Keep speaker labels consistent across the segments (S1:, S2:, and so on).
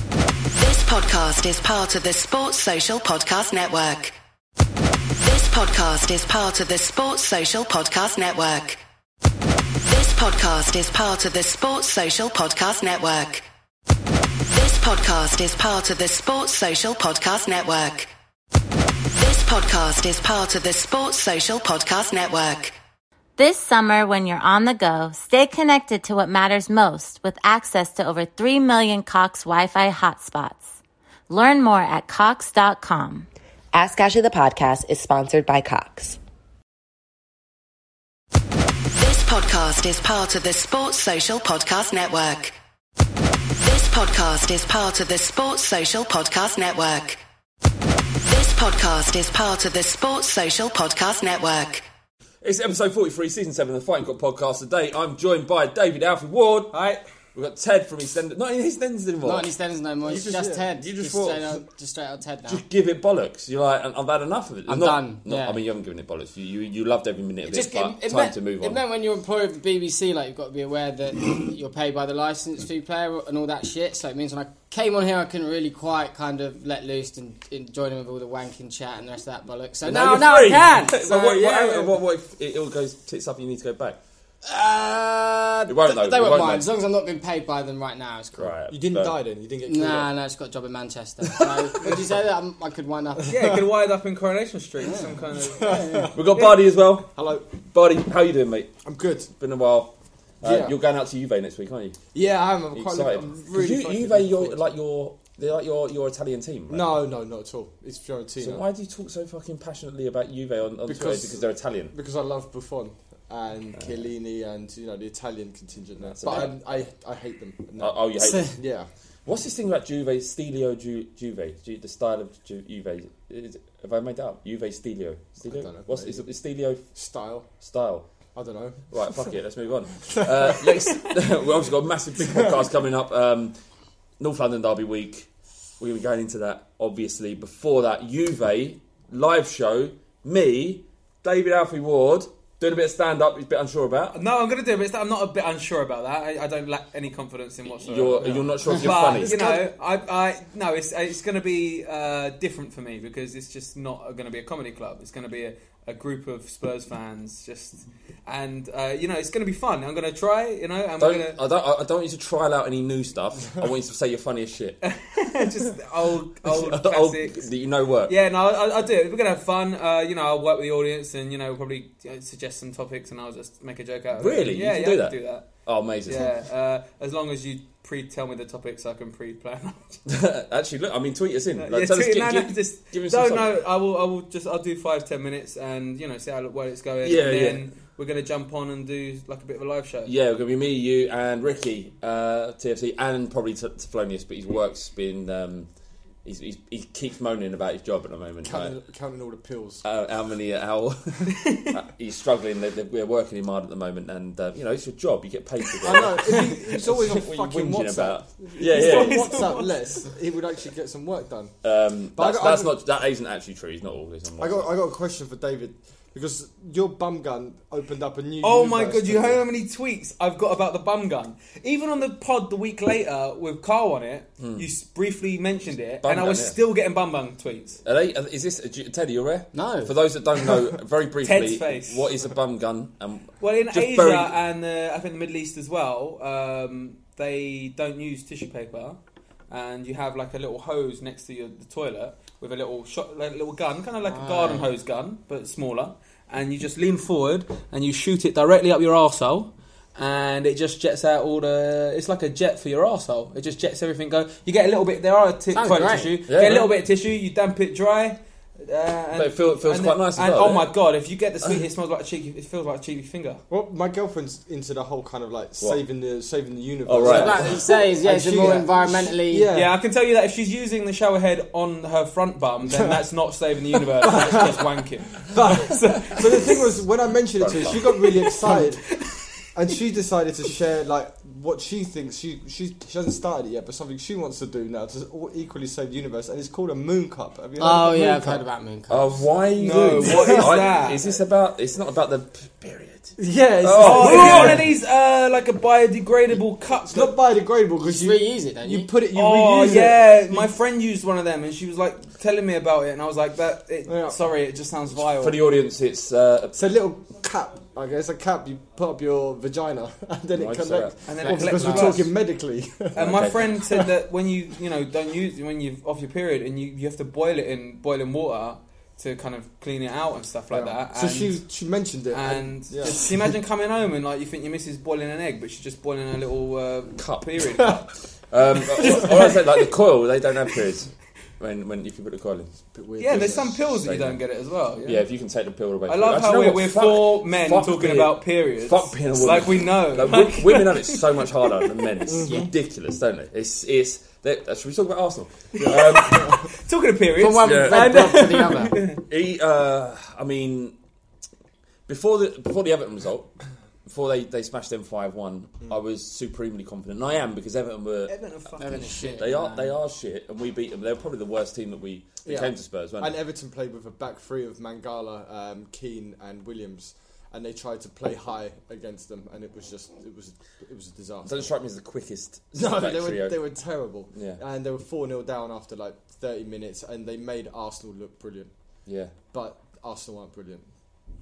S1: This podcast is part of the Sports Social Podcast Network. This podcast is part of the Sports Social Podcast Network. This podcast is part of the Sports Social Podcast Network. This podcast is part of the Sports Social Podcast Network. This podcast is part of the Sports Social Podcast Network.
S2: This summer, when you're on the go, stay connected to what matters most with access to over 3 million Cox Wi Fi hotspots. Learn more at Cox.com.
S3: Ask Ashley the podcast is sponsored by Cox.
S1: This podcast is part of the Sports Social Podcast Network. This podcast is part of the Sports Social Podcast Network. This podcast is part of the Sports Social Podcast Network.
S4: It's episode 43, season 7 of the Fighting Cock podcast. Today I'm joined by David Alfred Ward.
S5: Hi.
S4: We've got Ted from EastEnders. Not in EastEnders anymore.
S5: Not any standards no more.
S4: You
S5: It's
S4: just-
S5: just,
S4: yeah,
S5: Ted.
S4: you just thought-
S5: straight out, just straight out Ted now.
S4: Just give it bollocks. You're like, I've had enough of it.
S5: I'm
S4: Not-
S5: done,
S4: not-
S5: yeah.
S4: I mean, you haven't given it bollocks. You, you, you loved every minute of it,
S5: Just-
S4: but time
S5: meant,
S4: to move
S5: It
S4: on.
S5: meant when you're employed with the BBC, like you've got to be aware that you're paid by the license fee player and all that shit. So it means when I came on here, I couldn't really quite kind of let loose and, and join in with all the wanking chat and the rest of that bollocks. So now,
S4: you're
S5: now I
S4: free.
S5: can.
S4: But
S5: So,
S4: what, what-
S5: yeah.
S4: what, what if it all goes tits up and you need to go back?
S5: Uh,
S4: It won't,
S5: th-
S4: though.
S5: They
S4: It
S5: won't
S4: won't,
S5: mind
S4: though.
S5: as long as I'm not being paid by them right now. It's cool.
S4: Right.
S6: You didn't
S4: but-
S6: die then. You didn't get killed.
S5: Nah, no, it's got a job in Manchester. So, would you say that I'm, I could wind up?
S7: Yeah, get wired up in Coronation Street. Some kind of.
S4: We've got Bardi as well.
S6: Hello.
S4: Bardi, how you doing, mate?
S6: I'm good.
S4: Been a while. Uh,
S6: Yeah.
S4: You're going out to Juve next week, aren't you?
S6: Yeah, I am. I'm
S4: Are you
S6: quite.
S4: excited.
S6: I'm really.
S4: You-
S6: fucking
S4: Juve,
S6: looking
S4: you're
S6: forward
S4: like your they're like your your Italian team.
S6: to
S4: Right?
S6: it. No, no, not at all. It's Fiorentina.
S4: So why do you talk so fucking passionately about Juve on, on because, Twitter?
S6: Because-
S4: Because they're Italian.
S6: Because I love Buffon and Chiellini and you know the Italian contingent there.
S4: That's
S6: But
S4: about-
S6: I'm, I, I hate them. No.
S4: Oh, oh, you hate. them.
S6: yeah.
S4: What's this thing about Juve Stilio Ju, Juve? Ju, the style of Ju, Juve. Is, have I made that up? Juve Stilio. Stilio.
S6: I don't know.
S4: What's is, it Stilio
S6: Style.
S4: style?
S6: I don't know.
S4: Right, fuck it. Let's move on. Uh, next, we've obviously got a massive big podcast coming up. Um, North London Derby week. We're gonna be going into that obviously. Before that, Juve live show. Me, David Alfie Ward doing a bit of stand up. He's a bit unsure about.
S6: Uh,
S7: No, I'm gonna do it. But it's that I'm not a bit unsure about that. I, I don't lack any confidence in whatsoever.
S4: You're you're not sure if you're
S7: but
S4: funny.
S7: you know, I, I no, it's it's going to be uh, different for me because it's just not going to be a comedy club. It's going to be a, a group of Spurs fans, just and uh, you know, it's going to be fun. I'm going to try, you know, and we're
S4: Don't,
S7: going
S4: I don't. I- I don't want you to trial out any new stuff. I want you to say your funniest shit.
S7: to just old old
S4: Old-
S7: classics.
S4: that you know work.
S7: Yeah, no, I, I- I do. it. We're gonna have fun. Uh, you know, I'll work with the audience, and you know, probably uh, suggest some topics, and I'll just make a joke out of it.
S4: Really? You
S7: Yeah,
S4: can
S7: yeah,
S4: do
S7: I
S4: that?
S7: Can do that.
S4: Oh, amazing.
S7: Yeah, uh, as long as you pre-tell me the topics, I can pre-plan.
S4: Actually, look. I mean, tweet us in. Like,
S7: yeah,
S4: tell us-
S7: tweet-
S4: give-
S7: no,
S4: give-
S7: no, just
S4: give us
S7: no,
S4: some
S7: no. I will, I will just, I'll do five, ten minutes, and you know, see how well it's going.
S4: Yeah,
S7: and
S4: yeah.
S7: then We're gonna jump on and do like a bit of a live show.
S4: Yeah, it's gonna be me, you, and Ricky, uh, TFC, and probably T- Teflonius. But his work's been. Um, he's, he's, he keeps moaning about his job at the moment.
S6: Counting,
S4: Like,
S6: counting all the pills.
S4: uh, how many? How uh, he's struggling. They're, they're working him hard at the moment, and uh, you know it's your job. You get paid for it.
S6: I know. If he, he's always on
S4: What are you
S6: fucking
S4: whinging
S6: WhatsApp.
S4: about?
S6: If
S4: Yeah, yeah.
S6: He's on WhatsApp less. He would actually get some work done.
S4: Um,
S6: But I
S4: that's
S6: got- I
S4: that's
S6: got-
S4: not that isn't actually true. He's not all. He's not
S6: I got, I got a question for David because your bum gun opened up a new.
S7: Oh my
S6: universe
S7: god!
S6: to
S7: You
S6: me.
S7: know how many tweets I've got about the bum gun? Even on the pod the week later with Carl on it, you s- briefly mentioned it,
S4: Hmm. Bum
S7: and I
S4: gun,
S7: was
S4: yeah.
S7: still getting bum bum tweets.
S4: Are they, is this uh, do you- Ted? Are you aware?
S5: No.
S4: For those that don't know, very
S7: Ted's
S4: briefly,
S7: face.
S4: what is a bum gun? And
S7: Well, in
S4: just
S7: Asia
S4: very-
S7: and uh, I think the Middle East as well, um, they don't use tissue paper, and you have like a little hose next to your the toilet, with a little shot, like a little gun, kind of like a garden
S4: Ah.
S7: hose gun, but smaller. And you just lean forward and you shoot it directly up your arsehole. And it just jets out all the. It's like a jet for your arsehole. It just jets everything. Go. You get a little bit. There are t-
S5: Sounds
S7: toilet
S5: great.
S7: tissue.
S4: Yeah,
S7: get a
S4: man.
S7: little bit of tissue. You damp it dry. Uh, and,
S4: But it feel- it feels
S7: and
S4: quite
S7: then-
S4: nice as
S7: and
S4: well,
S7: oh my
S4: yeah.
S7: god! If you get the sweet, it smells like a cheeky. It feels like a cheeky finger.
S6: Well, my girlfriend's into the whole kind of like saving the saving the universe.
S4: Oh, right.
S5: Like he says, yeah,
S6: And
S5: it's a
S6: she-
S5: more
S6: yeah.
S5: environmentally.
S6: Yeah.
S7: Yeah, I can tell you that if she's using the shower head on her front bum, then that's not saving the universe. that's just wanking.
S6: But the thing was, when I mentioned it to her, she got really excited, and she decided to share like what she thinks she she she hasn't started it yet, but something she wants to do now to all- equally save the universe, and it's called a moon cup. Have you heard
S5: Oh
S6: of the moon
S5: yeah, I've
S6: cup?
S5: heard about Moon Cup.
S4: Oh, why?
S7: No, what is that?
S4: Is this about? It's not about the p- period.
S6: Yeah, it's,
S4: Oh,
S7: Oh,
S4: yeah.
S7: one of these uh, like a biodegradable cup.
S6: it's not biodegradable because
S5: You
S6: you
S5: reuse it, don't you?
S6: you put it you
S7: oh
S6: reuse it.
S7: yeah, my friend used one of them, and she was like telling me about it, and I was like, "That it,
S6: Yeah.
S7: sorry, it just sounds vile."
S4: For the audience, it's uh,
S6: It's a little cap. I guess a cap you put up your vagina and then
S4: Why
S6: it
S4: is that?
S6: connects.
S7: And then it
S6: Well, because
S7: collects
S6: we're
S7: blood.
S6: talking medically.
S7: And my
S4: Okay.
S7: friend said that when you you know don't use when you're off your period and you, you have to boil it in boiling water to kind of clean it out and stuff like that.
S6: so
S7: and-
S6: she she mentioned it.
S7: And
S6: yeah.
S7: just imagine coming home and like you think your missus boiling an egg, but she's just boiling a little uh,
S4: Cup.
S7: Period cup.
S4: um, or I say like the coil. They don't have periods when when if you put the coil in.
S6: Bit weird,
S7: Yeah,
S6: isn't
S7: there's
S6: it?
S7: some pills that you
S4: Same.
S7: don't get it as well.
S4: Yeah,
S7: Yeah.
S4: if you can take the pill away.
S7: I love how we're, we're four men talking about
S4: periods.
S7: periods.
S4: Fuck being a
S7: It's
S4: woman.
S7: Like we know.
S4: Like,
S7: Like-
S4: wo- women have it so much harder than men.
S6: Mm-hmm.
S4: It's ridiculous, don't they? It's it's. That, should we talk about Arsenal? Um,
S7: talking of periods.
S5: From one
S4: Yeah.
S5: red block to the other.
S4: he, uh, I mean, before the before the Everton result, before they, they smashed them five one,
S7: Mm.
S4: I was supremely confident, and I am because Everton were
S7: Everton are fucking
S5: Everton are
S7: shit.
S5: shit.
S4: they are they are shit, and we beat them. They were probably the worst team that we that
S6: Yeah.
S4: came to Spurs, weren't
S6: And
S4: they?
S6: Everton played with a back three of Mangala, um, Keane, and Williams, and they tried to play high against them, and it was just it was it was a disaster.
S4: Doesn't strike me as the quickest.
S6: No,
S4: back
S6: they were
S4: trio.
S6: they were terrible.
S4: Yeah.
S6: and they were four 0 down after like thirty minutes, and they made Arsenal look brilliant,
S4: yeah.
S6: but Arsenal aren't brilliant.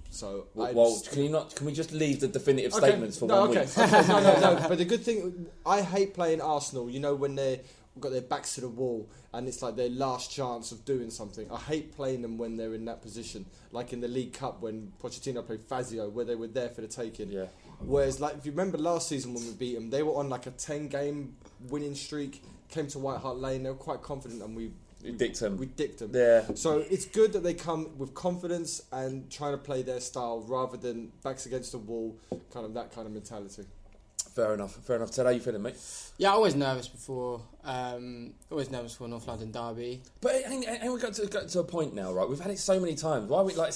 S6: So
S4: Well,
S6: I
S4: well,
S6: just-
S4: can you not? Can we just leave the definitive
S6: Okay,
S4: statements for
S6: no,
S4: one
S6: okay.
S4: week?
S6: Okay, no, no, no. But the good thing, I hate playing Arsenal. You know when they got their backs to the wall and it's like their last chance of doing something. I hate playing them when they're in that position, like in the League Cup when Pochettino played Fazio, where they were there for the taking.
S4: Yeah.
S6: Whereas, like, if you remember last season when we beat them, they were on like a ten-game winning streak. Came to White Hart Lane, they were quite confident, and we
S4: We dicked 'em.
S6: We dicked 'em.
S4: Yeah.
S6: So it's good that they come with confidence and trying to play their style rather than backs against the wall, kind of that kind of mentality.
S4: Fair enough. Fair enough. Ted, how you feeling, mate?
S5: Yeah, always nervous before. Um, always nervous for North London derby.
S4: But ain't, ain't we got to got to a point now, right? We've had it so many times. Why we like?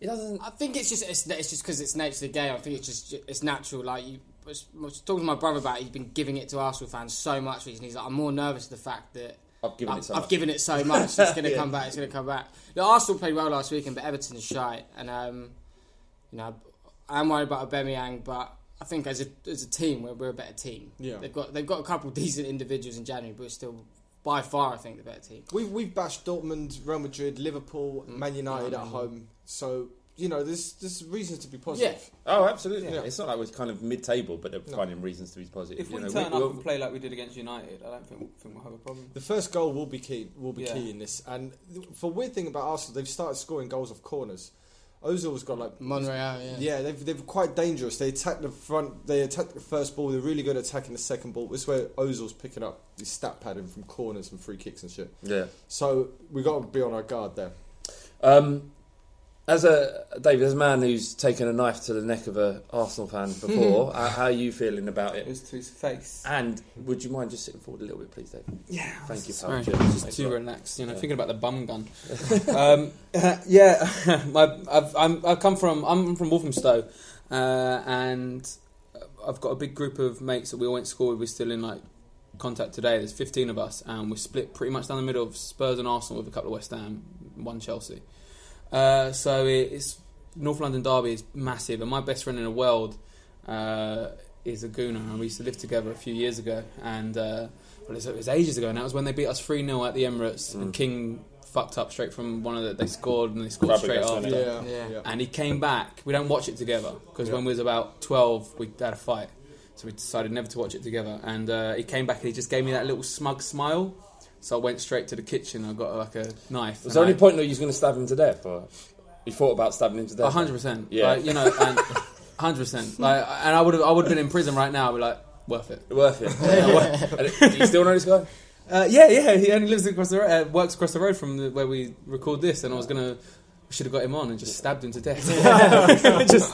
S4: It doesn't.
S5: I think it's just it's, it's just because it's nature of the game. I think it's just it's natural. Like you, I was, I was talking to my brother about. It. He's been giving it to Arsenal fans so much recently. He's like, I'm more nervous of the fact that
S4: I've given
S5: I'm-
S4: it so
S5: I've
S4: much."
S5: given it so much. It's going to come back. It's going to come back. Look, Arsenal played well last weekend, but Everton is shy. And um, you know, I'm worried about Aubameyang, but I think as a as a team, we're, we're a better team.
S6: Yeah.
S5: they've got they've got a couple decent individuals in January, but we're still by far, I think, the better team.
S6: We've we've bashed Dortmund, Real Madrid, Liverpool,
S4: Mm.
S6: Man United at home. So you know, there's there's reasons to be positive.
S4: Oh, absolutely. It's not like we're kind of mid-table, but they're finding reasons to be positive.
S7: If we
S4: you know,
S7: turn up
S4: we'll-
S7: and play like we did against United, I don't think, think we'll have a problem.
S6: The first goal will be key. Will be
S7: Yeah.
S6: key in this. And th- for weird thing about Arsenal, they've started scoring goals off corners. Ozil's got like
S5: Monreal, yeah.
S6: Yeah, they've, they've quite dangerous. They attack the front. They attack the first ball. They're really good at attacking the second ball. This is where Ozil's picking up his stat pattern from corners and free kicks and shit.
S4: Yeah.
S6: So we got to be on our guard there.
S4: Um, as a David, as a man who's taken a knife to the neck of a Arsenal fan before, how, how are you feeling about
S7: It
S4: it?
S7: was to his face.
S4: And would you mind just sitting forward a little bit, please, Dave?
S7: Yeah,
S4: Thank you,
S7: sorry.
S4: pal.
S7: Just
S4: Thanks a
S7: too
S4: lot.
S7: relaxed, you know, thinking about the bum gun. um, yeah, my, I've, I'm, I've come from I'm from Walthamstow, uh, and I've got a big group of mates that we all went to school with. We're still in like contact today. There's 15 of us, and we're split pretty much down the middle of Spurs and Arsenal with a couple of West Ham, one Chelsea. Uh, so it- it's North London derby is massive, and my best friend in the world uh, is a Gooner, and we used to live together a few years ago. And uh, well, it was ages ago now. It was when they beat us three 0 at the Emirates, and King fucked up straight from one of the they scored, and they scored
S4: Fabregas,
S7: straight
S4: wasn't
S7: after.
S4: it?
S6: Yeah,
S5: Yeah.
S7: And he came back. We don't watch it together because when we was about twelve, we had a fight, so we decided never to watch it together. And uh, he came back and he just gave me that little smug smile So I went straight to the kitchen. I got like a knife.
S4: Was there any point that you was going to stab him to death? Or you thought about stabbing him to death?
S7: hundred percent.
S4: Yeah.
S7: Yeah, you know, and hundred percent. Like, and I would have, I would have been in prison right now. I'd be like, worth it.
S4: Worth it. Yeah, worth it. And Do you still know this guy?
S7: Uh, yeah, yeah. He only lives across the road, uh, works across the road from the, where we record this, and I was gonna. I should have got him on and just stabbed him to death. Just-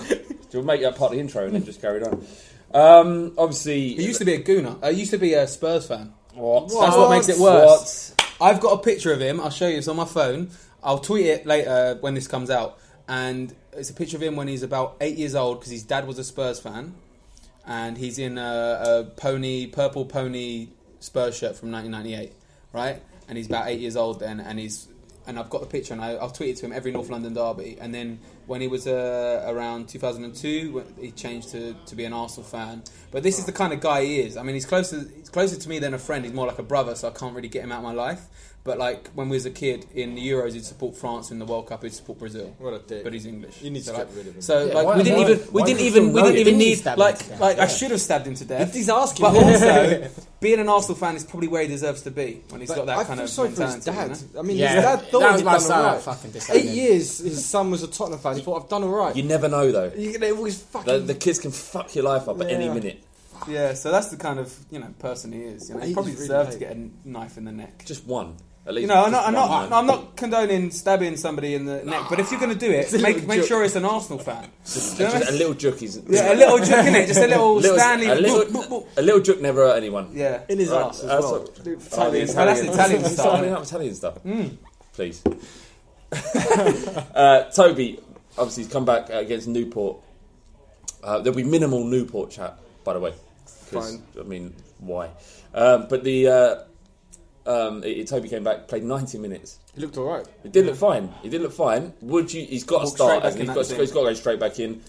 S4: We'll make that part of the intro and then just carry on. Um, obviously,
S7: he used to be a gooner. I used to be a Spurs fan.
S4: what?
S7: That's what makes it worse. I've got a picture of him. I'll show you. It's on my phone. I'll tweet it later when this comes out. And it's a picture of him when he's about eight years old because his dad was a Spurs fan, and he's in a, a pony purple pony Spurs shirt from 1998, right? And he's about eight years old then, and he's and I've got the picture, and I, I'll tweet it to him every North London derby. And then when he was uh, around 2002, when- he changed to, to be an Arsenal fan. But this is the kind of guy he is. I mean, he's closer he's closer to me than a friend. He's more like a brother, so I can't really get him out of my life. But like when we was a kid in the Euros, he'd support France. In the World Cup, he'd support Brazil.
S6: What a dick.
S7: But he's English.
S6: You need
S7: so
S6: to
S7: like,
S6: get rid of him.
S7: So
S5: Yeah,
S7: like
S5: why-
S7: we didn't
S5: why-
S7: even we
S5: why
S7: didn't
S5: did
S7: even
S5: you
S7: we
S5: know
S7: didn't
S5: you
S7: even
S5: didn't
S7: need
S5: stab him to
S7: like
S5: death?
S7: like I should have stabbed him to death.
S6: He's asking.
S7: But also, being an Arsenal fan is probably where he deserves to be when he's
S6: But
S7: got that
S6: I
S7: kind
S6: feel
S7: of
S6: sorry for
S7: mentality.
S6: his dad.
S7: you know?
S6: I mean,
S5: Yeah.
S6: his dad thought
S5: That was
S6: he'd
S5: my
S6: done
S5: son,
S6: all
S5: I
S6: right.
S5: fucking disowned
S6: Eight
S5: him.
S6: years, his son was a Tottenham fan. He thought I've done all right.
S4: You never know though.
S6: You, they always fucking.
S4: The, the kids can fuck your life up at any
S6: Yeah.
S4: minute.
S7: Yeah, so that's the kind of you know person he is. You know,
S6: He
S7: he probably
S6: is really
S7: deserved to
S6: hate.
S7: get a knife in the neck.
S4: Just one, at least.
S7: You know, I'm not,
S4: Just
S7: I'm
S4: one.
S7: not, no, I'm not condoning stabbing somebody in the neck, but if you're going to do it,
S6: a
S7: make
S6: little
S7: make
S6: joke.
S7: sure it's an Arsenal fan.
S4: Just,
S7: You know what I
S4: just a
S7: mean?
S4: little jook. Is,
S7: yeah, a little joke in it, just a little, Stanley.
S4: a little,
S7: boop, boop, boop.
S4: a little joke never hurt anyone.
S7: Yeah,
S6: in his
S4: Right,
S6: ass as
S4: that's
S6: well.
S4: what-
S7: Italian. Well, Oh, that's Italian
S4: Stop
S7: style. Hmm.
S4: bringing up Italian stuff. Please. uh, Toby, obviously, he's come back uh, against Newport. Uh, there'll be minimal Newport chat, by the way. 'cause,
S6: Fine.
S4: I mean, why? Um, but the uh, um, it- it- Toby came back, played 90 minutes.
S6: He looked all right.
S4: He did look fine. He did look fine. Would you? He's got to
S7: Walk
S4: start.
S7: straight back
S4: hasn't
S7: in
S4: he?
S7: that
S4: He's got,
S7: team.
S4: he's got to go straight back in.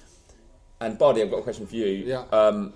S4: And Bardi, I've got a question for you.
S6: Yeah.
S4: Um,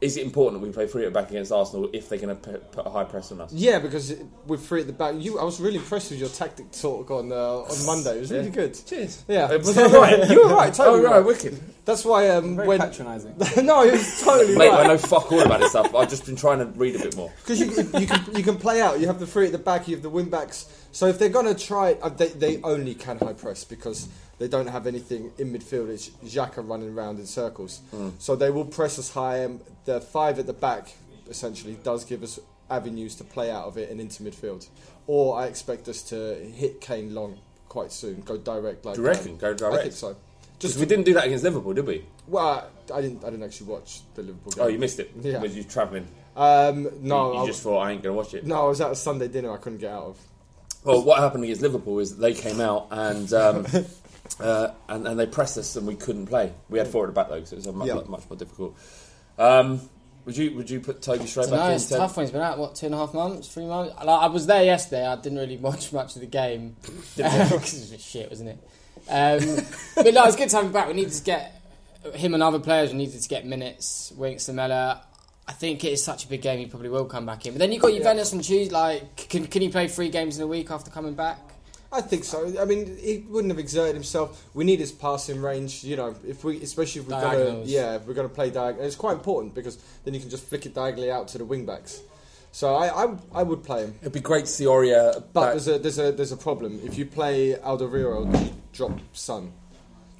S4: is it important that we play three at back against Arsenal if they're going to put, put a high press on us?
S6: Yeah, because it- with three at the back, you, I was really impressed with your tactic talk on uh, on Monday. It was really good.
S4: Cheers.
S6: Yeah,
S4: Uh, was I right?
S6: you were right. Totally
S4: Oh, right, wicked.
S6: That's why um,
S7: very
S6: when
S7: patronising.
S6: no, it was totally
S4: Mate, I
S6: right.
S4: know fuck all about this stuff. I've just been trying to read a bit more.
S6: Because you, you can you can play out. You have the three at the back. You have the win backs. So if they're gonna try, uh, they they only can high press because they don't have anything in midfield. It's Xhaka running around in circles.
S4: Hmm.
S6: So they will press us high. And the five at the back essentially does give us avenues to play out of it and into midfield. Or I expect us to hit Kane long quite soon. Go direct. Like
S4: Do you reckon? Go
S6: I
S4: direct?
S6: think so.
S4: Just
S6: Just
S4: we didn't do that against Liverpool, did we?
S6: well, I didn't. I didn't actually watch the Liverpool game.
S4: Oh, you missed it.
S6: Yeah.
S4: Was you travelling?
S6: Um,
S4: you,
S6: no,
S4: you
S6: I,
S4: just thought I ain't going to watch it.
S6: no, I was at a Sunday dinner. I couldn't get out of.
S4: Well, what happened against Liverpool is they came out and um, uh, and, and they pressed us and we couldn't play. We had four at the back though, so it was a much,
S6: Yeah.
S4: much more difficult. Um, would you would you put Toby straight
S5: So
S4: back
S5: no,
S4: in?
S5: it's
S4: Ted?
S5: tough when he's been out, what, two and a half months, three months? Like, I was there yesterday, I didn't really watch much of the game. Because it was shit, wasn't it? Um, but no, it's good to have him back. We needed to get him and other players, we needed to get minutes. Wink Samela. I think it is such a big game, he probably will come back in. But then you've got Juventus on Tuesday, like, can, can he play three games in a week after coming back?
S6: I think so. I mean, he wouldn't have exerted himself. We need his passing range. You know, if we, especially if we're gonna,
S5: Diagonals.
S6: yeah, if we're gonna play diagonal, it's quite important because then you can just flick it diagonally out to the wing backs. So I, I, I would play him,
S4: It'd be great to see Oria
S6: but
S4: back.
S6: there's a there's a there's a problem. If you play Alderweireld, you drop Son.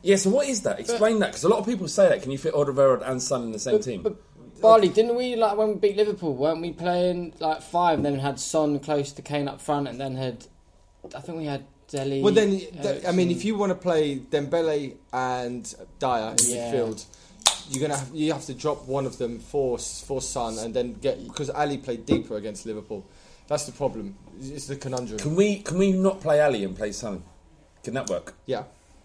S4: yeah, so what is that? Explain that 'cause that because a lot of people say that. Can you fit Odegaard and Son in the same team?
S5: But Barley, didn't we like when we beat Liverpool? Weren't we playing like five, and then had Son close to Kane up front, and then had I think we had uh, Delhi.
S6: Well, then th- I mean, if you want to play Dembele and Dyer in
S5: Yeah.
S6: midfield, you're gonna have, you have to drop one of them for S- for Son, and then get because Ali played deeper against Liverpool. That's the problem. It's the conundrum.
S4: Can we can we not play Ali and play Son? Can that work?
S6: Yeah,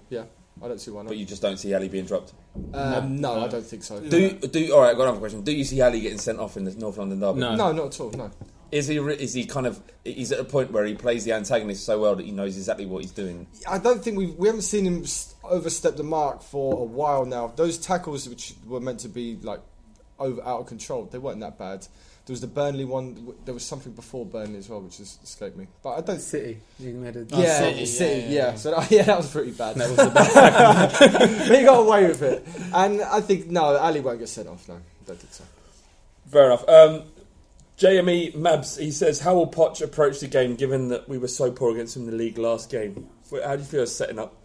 S6: yeah. I don't see why not.
S4: But you just don't see Ali being dropped.
S6: um, no, I don't think so.
S4: Do you, do all right. I've got another question. Do you see Ali getting sent off in the North London derby?
S7: No.
S6: no, not at all. No.
S4: Is he re- is he kind of he's at a point where he plays the antagonist so well that he knows exactly what he's doing?
S6: I don't think we've, we haven't seen him s- overstep the mark for a while now. Those tackles, which were meant to be like over out of control, they weren't that bad. There was the Burnley one. w- There was something before Burnley as well, which has escaped me. But I don't. see
S7: Oh, City, you made a
S6: yeah,
S5: City,
S6: City,
S5: yeah,
S6: yeah,
S5: yeah, yeah.
S6: So that- yeah, that was pretty bad. but he got away with it, and I think no, Ali won't get sent off. No, I don't think so.
S4: Fair enough. Um, JME Mabs, he says, how will Poch approach the game given that we were so poor against him in the league last game? How do you feel it's setting up?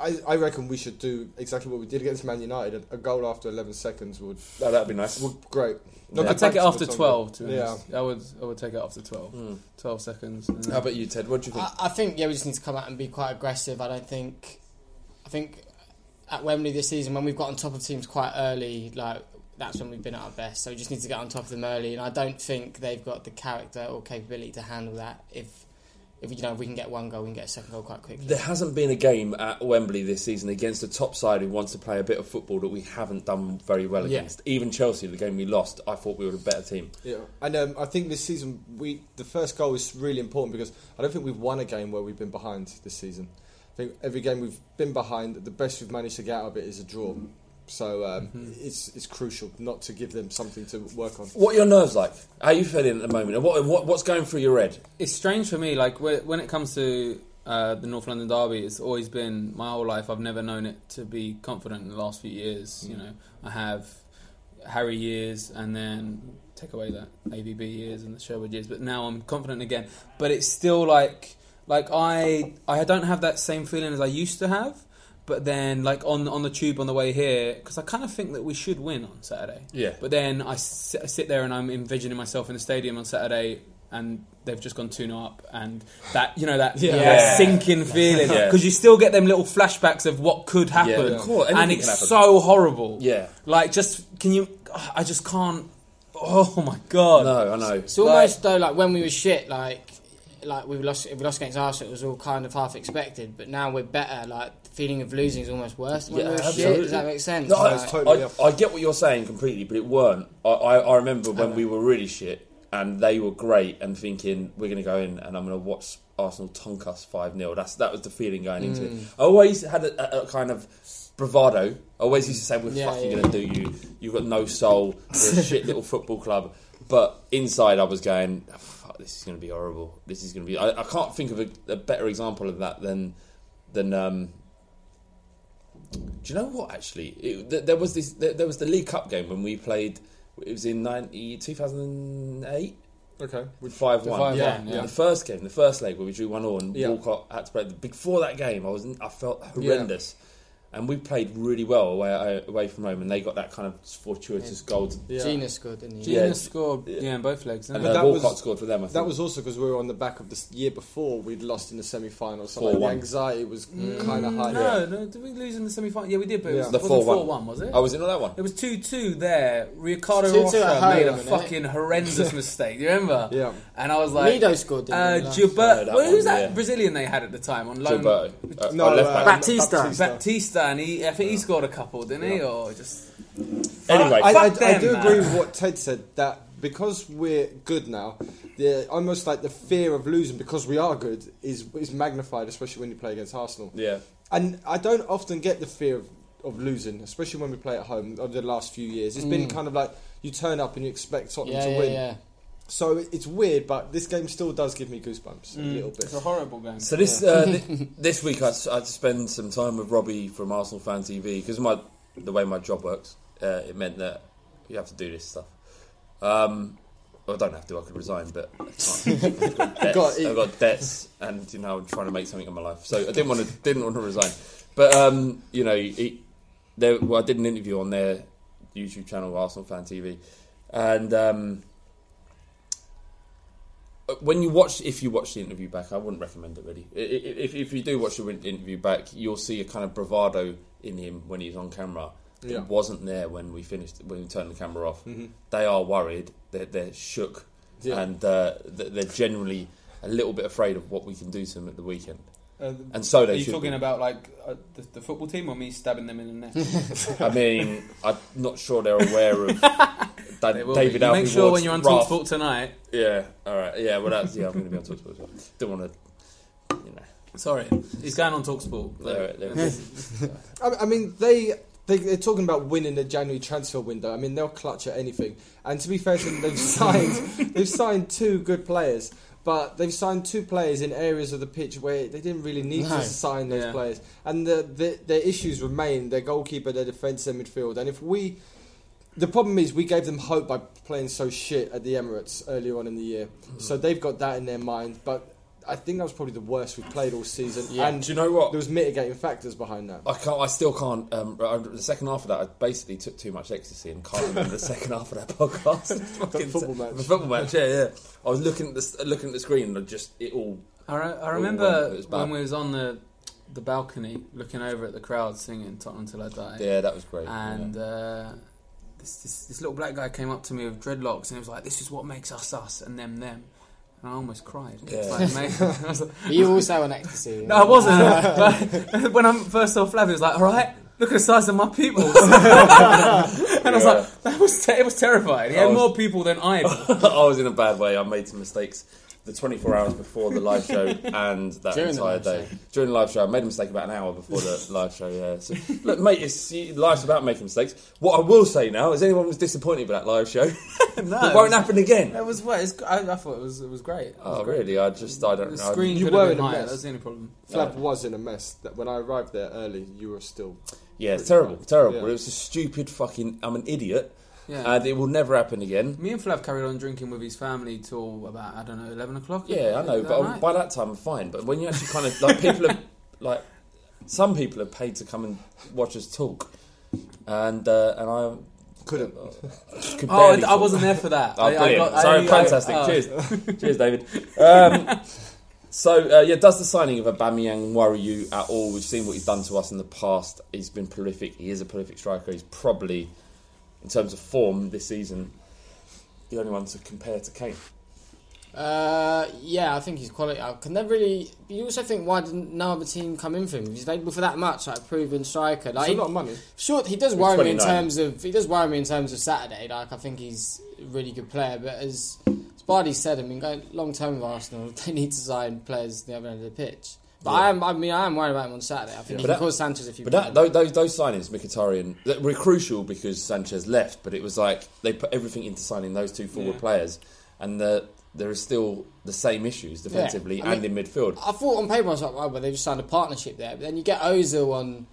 S6: I, I reckon we should do exactly what we did against Man United. A goal after 11 seconds would
S4: Oh, that'd be nice.
S6: would great.
S4: Yeah.
S6: Not the
S7: I'd take it
S6: Baxter
S7: after
S6: song.
S7: 12, to be
S6: Yeah.
S7: honest. I would, I would take it after 12.
S6: Hmm.
S7: 12 seconds. and then-
S4: How about you, Ted? What do you think?
S5: I, I think yeah, we just need to come out and be quite aggressive. I don't think, I think, at Wembley this season when we've got on top of teams quite early, like that's when we've been at our best. So we just need to get on top of them early, and I don't think they've got the character or capability to handle that. If if you know if we can get one goal, we can get a second goal quite quickly.
S4: There hasn't been a game at Wembley this season against a top side who wants to play a bit of football that we haven't done very well
S5: Yeah.
S4: against. Even Chelsea, the game we lost, I thought we were a better team.
S6: Yeah, and um, I think this season we the first goal is really important because I don't think we've won a game where we've been behind this season. I think every game we've been behind, the best we've managed to get out of it is a draw. So um, it's it's crucial not to give them something to work on.
S4: Mm-hmm. What are your nerves like? How are you feeling at the moment? And what, what, what's going through your head?
S7: it's strange for me. Like whe- when it comes to uh, the North London derby, it's always been my whole life. I've never known it to be confident in the last few years. You know, I have Harry years, and then take away that ABB years and the Sherwood years, but now I'm confident again. But it's still like like I I don't have that same feeling as I used to have. But then, like on on the tube on the way here, because I kind of think that we should win on Saturday.
S4: Yeah.
S7: But then I s- I sit, there and I'm envisioning myself in the stadium on Saturday, and they've just gone two 0 up, and that you know that, that
S4: Yeah.
S7: sinking feeling
S4: Yeah.
S7: because you still get them little flashbacks of what could happen,
S4: Yeah, of course, anything
S7: and
S4: can
S7: it's
S4: happen.
S7: so horrible.
S4: Yeah.
S7: Like, just can you? I just can't. Oh my god.
S4: No, I know.
S5: It's almost though like when we were shit, like like we lost we lost against Arsenal, it was all kind of half expected. But now we're better. Like the feeling of losing is almost worse. Than when
S4: Yeah,
S5: we were shit.
S4: absolutely.
S5: Does that make sense?
S4: No, I,
S5: Like-
S6: totally
S4: I-
S6: off.
S4: I get what you're saying completely, but it weren't. I, I, I remember
S5: Uh-huh.
S4: when we were really shit and they were great and thinking, we're going to go in and I'm going to watch Arsenal tonk us 5 0. That was the feeling going into it.
S5: Mm.
S4: I always had a, a, a kind of bravado. I always used to say, we're
S5: Yeah,
S4: fucking
S5: yeah.
S4: going to do you. You've got no soul. You're a shit little football club. But inside, I was going, "Ah, fuck, this is going to be horrible. This is going to be. I, I can't think of a, a better example of that than. than um, do you know what? Actually, it, th- there was this. There, there was the League Cup game when we played. It was in 90, 2008
S6: Okay.
S4: with five one.
S7: 5-1,
S6: Yeah,
S7: yeah.
S4: The first game, the first leg where we drew one all, and
S6: Yeah.
S4: Walcott had to play. Before that game, I was I felt horrendous, and we played really well away uh, away from home, and they got that kind of fortuitous goal. To,
S6: Yeah.
S5: Gina scored, didn't he?
S7: Gina
S4: Yeah.
S7: scored yeah in both legs.
S4: and
S7: Didn't
S4: uh,
S7: it?
S6: that was-
S4: Walcott scored for them. I think.
S6: That was also because we were on the back of the s- year before we'd lost in the semi-final. So like, the
S4: 4-1.
S6: anxiety was kind
S4: Mm.
S6: of high.
S7: no, no, did we lose in the semi final? Yeah, we did, but it
S6: Yeah.
S7: was,
S4: the
S7: four
S4: four one.
S7: one, was it?
S4: I Oh, was in on that one.
S7: It was 2 2 there. Ricardo
S5: 2-2 at
S7: Rocha
S5: home,
S7: made a
S5: wasn't it?
S7: fucking horrendous mistake. Do you remember?
S6: Yeah.
S7: And I was like.
S5: Nido scored, didn't
S7: Uh,
S5: he, last-
S7: Gilbert-
S4: Oh, that
S7: well, who's
S4: one,
S7: that
S4: yeah.
S7: Brazilian they had at the time on loan?
S4: Gilberto. Uh,
S6: No,
S4: our left
S6: uh,
S4: back.
S5: Batista.
S7: Baptista, and he, I think he scored a couple, didn't he? Or just.
S4: anyway,
S6: I, I,
S7: Fuck
S6: I
S7: them,
S6: do
S7: man.
S6: agree with what Ted said that because we're good now, the almost like the fear of losing because we are good is is magnified, especially when you play against Arsenal.
S4: yeah.
S6: And I don't often get the fear of, of losing, especially when we play at home over the last few years. It's been kind of like you turn up and you expect Tottenham
S5: Mm. Yeah,
S6: to
S5: yeah,
S6: win.
S5: yeah.
S6: So it- it's weird, but this game still does give me goosebumps a little bit.
S7: It's a horrible game.
S4: So this uh, thi- this week I, I spend some time with Robbie from Arsenal Fan TV because my the way my job works, uh, it meant that you have to do this stuff. Um, well, I don't have to. I could resign, but I can't. I've got debts, I've got debts, and you know I'm trying to make something of my life. So I didn't want to didn't want to resign, but um, you know, it, there, well, I did an interview on their YouTube channel, Arsenal Fan TV, and. Um, when you watch, if you watch the interview back, I wouldn't recommend it really. I- i- If, if you do watch the interview back, you'll see a kind of bravado in him when he's on camera. that
S6: Yeah.
S4: wasn't there when we finished when we turned the camera off.
S7: Mm-hmm.
S4: They are worried. They're, they're shook,
S6: Yeah.
S4: and uh, th- they're generally a little bit afraid of what we can do to them at the weekend.
S7: Uh,
S4: And so they
S7: are you
S4: should
S7: talking
S4: be.
S7: about like uh, the, the football team or me stabbing them in the net?
S4: I mean, I'm not sure they're aware of Da-
S7: They will be.
S4: David.
S7: You
S4: Alfie
S7: Make sure when
S4: Ward's
S7: you're on
S4: wrath.
S7: Talksport tonight.
S4: Yeah, all right. Yeah, well, that's yeah. I'm going to be on Talksport. as well. Don't want to, you know.
S7: Sorry, he's going on Talksport.
S4: All right, there we go.
S6: I I mean, they, they they're talking about winning the January transfer window. I mean, they'll clutch at anything. And to be fair to them, they've signed they've signed two good players, but they've signed two players in areas of the pitch where they didn't really need
S5: No.
S6: to sign those
S7: Yeah.
S6: players. And the, the, their issues remain: their goalkeeper, their defence, their midfield. And if we The problem is we gave them hope by playing so shit at the Emirates earlier on in the year, so they've got that in their mind. But I think that was probably the worst we played all season. And
S4: Do you know what?
S6: There was mitigating factors behind that.
S4: I can't. I still can't. Um, I- the second half of that, I basically took too much ecstasy and can't remember the second half of that podcast. Fucking-
S6: football match.
S4: The football match. Yeah, yeah. I was looking at the s- looking at the screen and I just it all.
S7: I, re- I
S4: Ooh,
S7: remember
S4: it was bad.
S7: when we was on the the balcony looking over at the crowd singing Tottenham Till I Die.
S4: Yeah, that was great.
S7: And uh, this, this this little black guy came up to me with dreadlocks and he was like, "This is what makes us us and them them." And I almost cried. It's
S4: Yeah.
S7: like, mate- I was like-
S5: But you also on ecstasy.
S7: no, I wasn't. but when I first saw Flav, he was like, "All right, look at the size of my people." and I was
S4: Yeah.
S7: like, "That was te- it was terrifying." He had
S4: I Oh, was- Oh,
S7: more people than I. did.
S4: yeah. I was in a bad way. I made some mistakes. The 24 hours before the live show and that
S5: During the
S4: entire
S5: live
S4: day.
S5: show.
S4: During the live show, I made a mistake about an hour before the live show. Yeah. So, look, mate, it's, you- life's about making mistakes. What I will say now is, anyone was disappointed with that live show, it won't happen again.
S7: It was what it's- I, I thought it was. It was great. It was
S4: Oh,
S7: great.
S4: really? I just, I don't
S7: The
S4: know.
S7: screen
S6: You
S7: could
S6: were
S7: have
S6: in
S7: been
S6: a
S7: higher.
S6: mess.
S7: That's the only problem.
S6: Flab was in a mess. That when I arrived there early, you were still.
S4: Yeah, it's terrible, terrible.
S6: Yeah.
S4: It was a stupid fucking. I'm an idiot,
S7: Yeah.
S4: and it will never happen again.
S7: Me and Flav carried on drinking with his family till about I don't know eleven o'clock.
S4: Yeah, I know,
S7: that
S4: but
S7: night.
S4: by that time I'm fine. But when you actually kind of like people have like some people are paid to come and watch us talk, and uh, and I
S6: Couldn't.
S4: could
S7: oh,
S4: barely
S7: I, I
S4: talk.
S7: wasn't there for that.
S4: Oh,
S7: I, I
S4: brilliant.
S7: got-
S4: so
S7: I- I-
S4: fantastic.
S7: oh.
S4: Cheers. Cheers, David. Um, so, uh, yeah, does the signing of Aubameyang worry you at all? We've seen what he's done to us in the past. He's been prolific. He is a prolific striker. He's probably, in terms of form this season, the only one to compare to Kane.
S5: Uh, yeah, I think he's quality. I can never really. but You also think why didn't no other team come in for him? He's available for that much, like a proven striker. Like
S6: It's a lot of money.
S5: Sure, he does worry me in
S4: 29.
S5: terms of he does worry me in terms of Saturday. Like I think he's a really good player, but as, as Bardi said, I mean, going long term with Arsenal, they need to sign players at the other end of the pitch. But I am, I mean, I am worried about him on Saturday. I think he
S4: But
S5: can
S4: that-
S5: cause Sanchez a few.
S4: But that,
S5: problems.
S4: those, those, those signings, Mkhitaryan, that were crucial because Sanchez left, but it was like they put everything into signing those two forward players, and the, there is still the same issues defensively
S5: I
S4: and
S5: mean-
S4: in midfield.
S5: I thought on paper I was like, wow, but they've signed a partnership there. But then you get Ozil on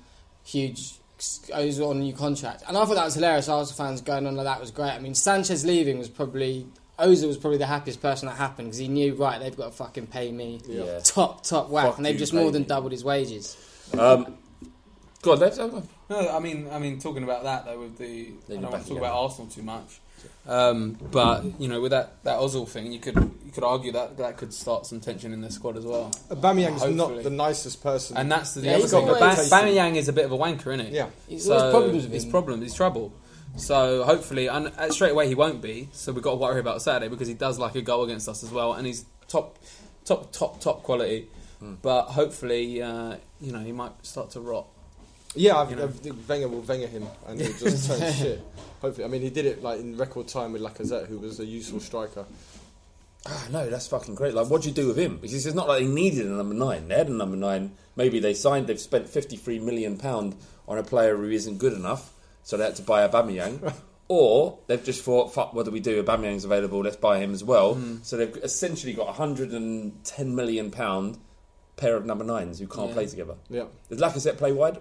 S5: huge Ozil on a new contract, and I thought that was hilarious. Arsenal fans going on like that was great. I mean, Sanchez leaving was probably Ozil was probably the happiest person that happened because he knew right they've got to fucking pay me
S4: Yeah.
S5: top top whack,
S4: Fuck
S5: and they've
S4: you,
S5: just more than
S4: baby.
S5: doubled his wages.
S4: Um, go on, let's
S7: No, I mean, I mean, talking about that though, with the I
S4: it
S7: don't
S4: back
S7: want to talk
S4: again.
S7: about Arsenal too much. Um, but you know, with that that Ozil thing, you could you could argue that that could start some tension in the squad as well.
S6: Aubameyang's not
S7: Hopefully.
S6: the nicest person.
S7: And that's the
S5: Yeah,
S7: other
S5: he's
S7: thing.
S5: got
S7: Bam-
S6: reputation.
S7: Bamiyang is a bit of a wanker, isn't he?
S6: Yeah.
S5: He's- there's problems with
S7: There's
S5: him.
S7: problems. There's trouble. So hopefully, and uh, straight away he won't be. So we've got to worry about Saturday because he does like a goal against us as well, and he's top, top, top, top quality.
S4: Hmm.
S7: But hopefully, uh, you know, he might start to rot.
S6: Yeah, I've,
S7: You know.
S6: I've, Wenger will Wenger him, and he'll just turn shit. Hopefully, I mean he did it like in record time with Lacazette, who was a useful striker.
S4: Ah, no, that's fucking great. Like, what do you do with him? Because it's not like they needed a number nine. They had a number nine. Maybe they signed. They've spent fifty-three million pound on a player who isn't good enough, so they had to buy Aubameyang. or they've just thought, fuck, what do we do? Aubameyang's available. Let's buy him as well.
S7: Hmm.
S4: So they've essentially got a hundred and ten million pound pair of number nines who can't play together.
S6: Yeah.
S4: Did Lacazette play wide?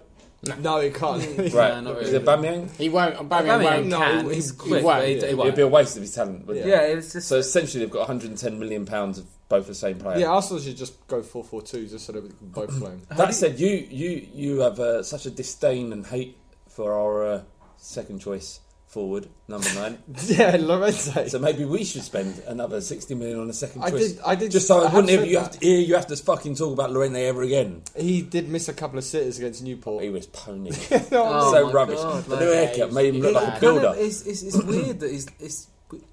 S6: No, he can't.
S4: Right.
S7: not
S4: Is
S7: really.
S4: it Aubameyang?
S5: He won't. Aubameyang won't.
S7: Bamiyang can.
S6: no,
S7: he's
S6: he-
S7: quick.
S6: he
S7: but
S5: won't,
S7: He, he
S4: It'd
S7: won't.
S4: be a waste of his talent. Wouldn't
S7: Yeah,
S4: It?
S7: it's just.
S4: So essentially, they've got one hundred and ten million pounds of both the same player.
S6: Yeah, Arsenal should just go 4-4-2 just so that we can both play him.
S4: That said, you you you have uh, such a disdain and hate for our uh, second choice forward, number nine.
S6: yeah, Lorenzo.
S4: so maybe we should spend another sixty million on a second
S6: I
S4: choice.
S6: did- I did-
S4: Just so
S6: I
S4: I
S6: have
S4: wouldn't hear
S6: said
S4: you
S6: that.
S4: have to hear you have to fucking talk about Lorente ever again.
S6: He did miss a couple of sitters against Newport.
S4: He was pony.
S7: Oh
S4: so
S7: my
S4: rubbish.
S7: God,
S4: the
S7: like-
S4: new haircut made him
S5: He
S4: look like
S5: looked
S4: a
S5: bad.
S7: Kind
S4: builder.
S7: of, it's, it's, it's weird that he's, it's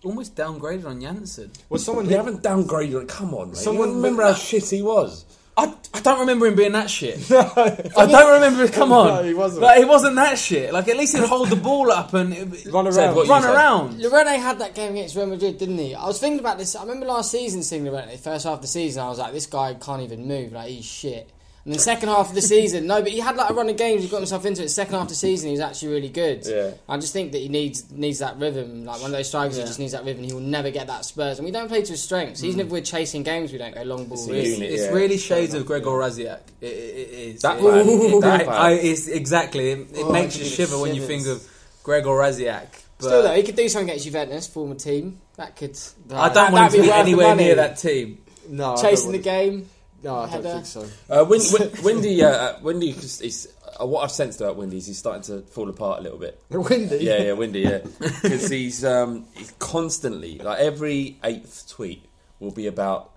S7: almost downgraded on Janssen.
S6: well, someone
S4: we
S6: who
S4: haven't downgraded him. Come on, mate.
S6: Someone-
S4: Someone remember how shit he was.
S7: I, I don't remember him being that shit. I don't remember. Come on,
S6: No, he wasn't.
S7: Like he wasn't that shit. Like at least he'd hold the ball up and it,
S6: run around.
S4: Said what you
S7: run
S4: said.
S7: around.
S5: Lorente had that game against Real Madrid, didn't he? I was thinking about this. I remember last season seeing Lorente, first half of the season, I was like, this guy can't even move, like, he's shit. And then second half of the season, no, but he had like a run of games, he got himself into it. Second half of the season, he was actually really good.
S4: Yeah.
S5: I just think that he needs needs that rhythm, like one of those strikers who just needs that rhythm. He will never get that Spurs, and we don't play to his strengths. Even if we're chasing games, we don't go long ball.
S4: a
S5: really.
S4: unit.
S7: Mm. It's
S4: Yeah.
S7: really shades of Gregor Raziak. It, it, it is.
S4: That
S7: It-
S4: man,
S7: it-
S4: that
S7: I-
S4: man.
S7: I- it's exactly. It, it
S5: Oh,
S7: makes you
S5: dude, it
S7: shiver when you
S5: shivers.
S7: think of Gregor Raziak
S5: Still though, he could do something against Juventus, former team. That could.
S7: I don't
S5: that- that'd
S7: want him to be
S5: worth the
S7: anywhere
S5: money.
S7: near that team.
S6: No, I
S5: Chasing the
S6: don't want
S5: game.
S6: it. No, I don't
S5: header.
S6: think so.
S4: Uh, Win- Win- Windy, uh, uh, Windy, is, is, uh, what I've sensed about Windy is he's starting to fall apart a little bit.
S6: Windy.
S4: Yeah, yeah, Windy, yeah, because he's um, he's constantly like every eighth tweet will be about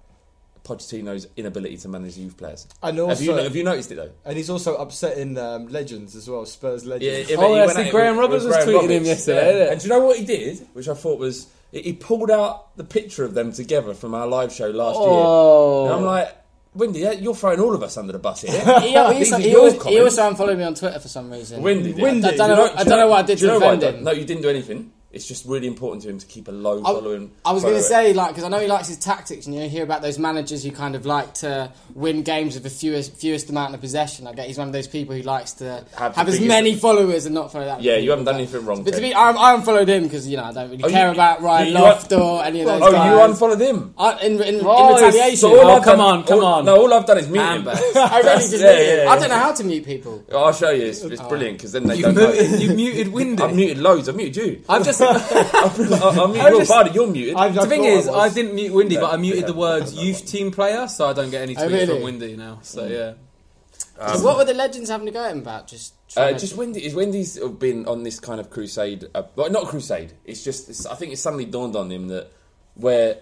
S4: Pochettino's inability to manage youth players.
S6: And
S4: have you
S6: also-
S4: have you noticed it though?
S6: And he's also upsetting um, legends as well, Spurs legends.
S4: Yeah,
S7: Oh,
S4: he
S7: I
S4: went
S7: see
S4: at it
S7: Graham
S4: with-
S7: Roberts
S4: with
S7: was
S4: Graham
S7: tweeting him yesterday,
S4: yeah.
S7: yeah.
S4: And do you know what he did? Which I thought was he pulled out the picture of them together from our live show last year.
S5: Oh.
S4: And I'm like, Windy, that- you're throwing all of us under the bus here.
S5: He, he,
S4: These
S5: also,
S4: are
S5: he,
S4: your
S5: also, he
S4: comments.
S5: also unfollowed me on Twitter for some reason.
S4: Windy, did.
S5: Windy. I don't know-
S4: You
S5: I don't know what I did
S4: do you
S5: to
S4: know what
S5: offend
S4: done?
S5: him.
S4: No, you didn't do anything. It's just really important to him to keep a low
S5: I,
S4: following.
S5: I was going to
S4: follower.
S5: say, like, because I know he likes his tactics, and you know, hear about those managers who kind of like to win games with the fewest fewest amount of possession. I get he's one of those people who likes to
S4: Have
S5: have,
S4: the
S5: as
S4: biggest-
S5: many followers and not follow that. many
S4: Yeah, you
S5: people,
S4: haven't done
S5: but-
S4: anything wrong,
S5: But to
S4: Ted.
S5: be, I, I unfollowed him because you know I don't really
S4: Oh, you-
S5: care about Ryan
S4: you- you
S5: Loft
S4: un-
S5: or any of those
S4: Oh,
S5: guys.
S4: you unfollowed him.
S5: I, in, in,
S7: Oh,
S5: in
S7: it's-
S5: retaliation,
S7: so all
S5: I,
S7: I've come on, come
S4: all-
S7: on.
S4: No, all I've done is mute him.
S7: Amber.
S5: really
S4: That's-
S5: just
S4: yeah,
S5: muted-
S4: yeah, yeah.
S5: I don't know how to mute people.
S4: I'll show you. It's, it's brilliant because then they
S7: You
S4: don't. know.
S7: muted, you muted Windy.
S4: I've muted loads. I've muted you.
S7: I've just. the
S4: I've muted, I've muted
S7: I
S4: Will
S7: just-
S4: Bardi. You're muted.
S6: I've- I
S7: thing
S6: thought I
S7: is, I,
S6: was.
S7: didn't mute Windy, but I
S4: Yeah,
S7: muted
S4: yeah,
S7: the words
S4: that's that
S7: "youth team player," so I don't get any tweets
S5: Oh, really?
S7: from Windy now.
S4: Hmm.
S7: So yeah,
S5: So what were the legends having to go at him about?
S4: Um,
S5: Just,
S4: Uh,
S5: trying to-
S4: just Wendy, is Wendy's been on this kind of crusade, uh, well, not crusade. It's just it's, I think it suddenly dawned on him that where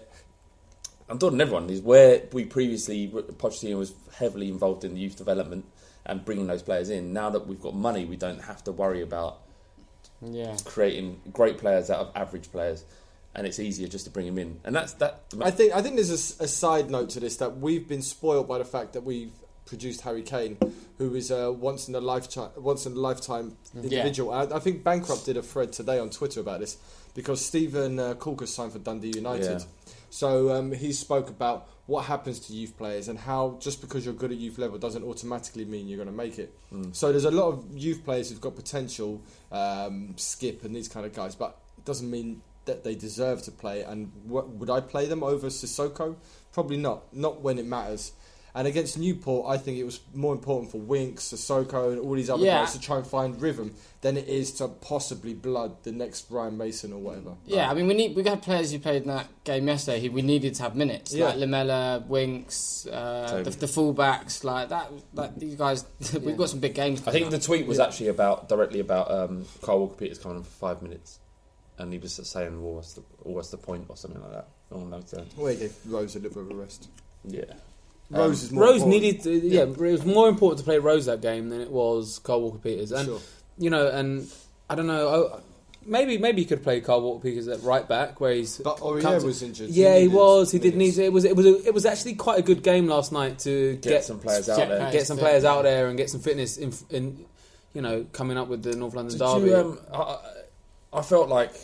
S4: I'm dawned on everyone is where we previously Pochettino was heavily involved in the youth development and bringing those players in. Now that we've got money, we don't have to worry about
S5: yeah.
S4: creating great players out of average players, and it's easier just to bring them in. And that's that.
S6: I think I think there's a s- a, side note to this that we've been spoiled by the fact that we've produced Harry Kane, who is a once in a lifetime once in a lifetime individual. And I, I think Bankrupt did a thread today on Twitter about this because Stephen uh, Corker signed for Dundee United. So um, he spoke about what happens to youth players and how just because you're good at youth level doesn't automatically mean you're going to make it. So there's a lot of youth players who've got potential, um, Skip and these kind of guys, but it doesn't mean that they deserve to play. And w- would I play them over Sissoko? Probably not. Not when it matters. And against Newport, I think it was more important for Winks, Sissoko, and all these other
S5: Yeah.
S6: guys to try and find rhythm than it is to possibly blood the next Ryan Mason or whatever.
S5: Yeah, I mean, we need we got players who played in that game yesterday who we needed to have minutes,
S6: Yeah.
S5: like Lamella, Winks, uh, the, the fullbacks, like that. Like these guys, we've got some big games.
S4: I think
S5: coming
S4: the
S5: up.
S4: tweet was actually about directly about um, Carl Walker Peters coming on for five minutes, and he was saying, well, "What's the what's the point?" or something like that. Along those lines.
S6: Well, he gave Rose a little bit of a rest.
S4: Yeah.
S6: Rose
S4: Um,
S6: is more
S7: Um, Rose
S6: important.
S7: needed. To, yeah, it was more important to play Rose that game than it was Carl Walker Peters, and
S6: Sure.
S7: you know, and I don't know. I, maybe maybe you could play Carl Walker Peters at right back where he's.
S6: But Aurier
S7: comes-
S6: was injured.
S7: Yeah, he,
S6: needed
S7: was. He did
S6: minutes.
S7: need. It was. It was. A, it was actually quite a good game last night to
S4: Get
S7: get,
S4: some players out there.
S7: Get some
S5: Players
S7: players
S5: fit.
S7: out there and get some fitness in. in you know, coming up with the North London
S4: Did
S7: derby.
S4: you? Um, I- I, I felt like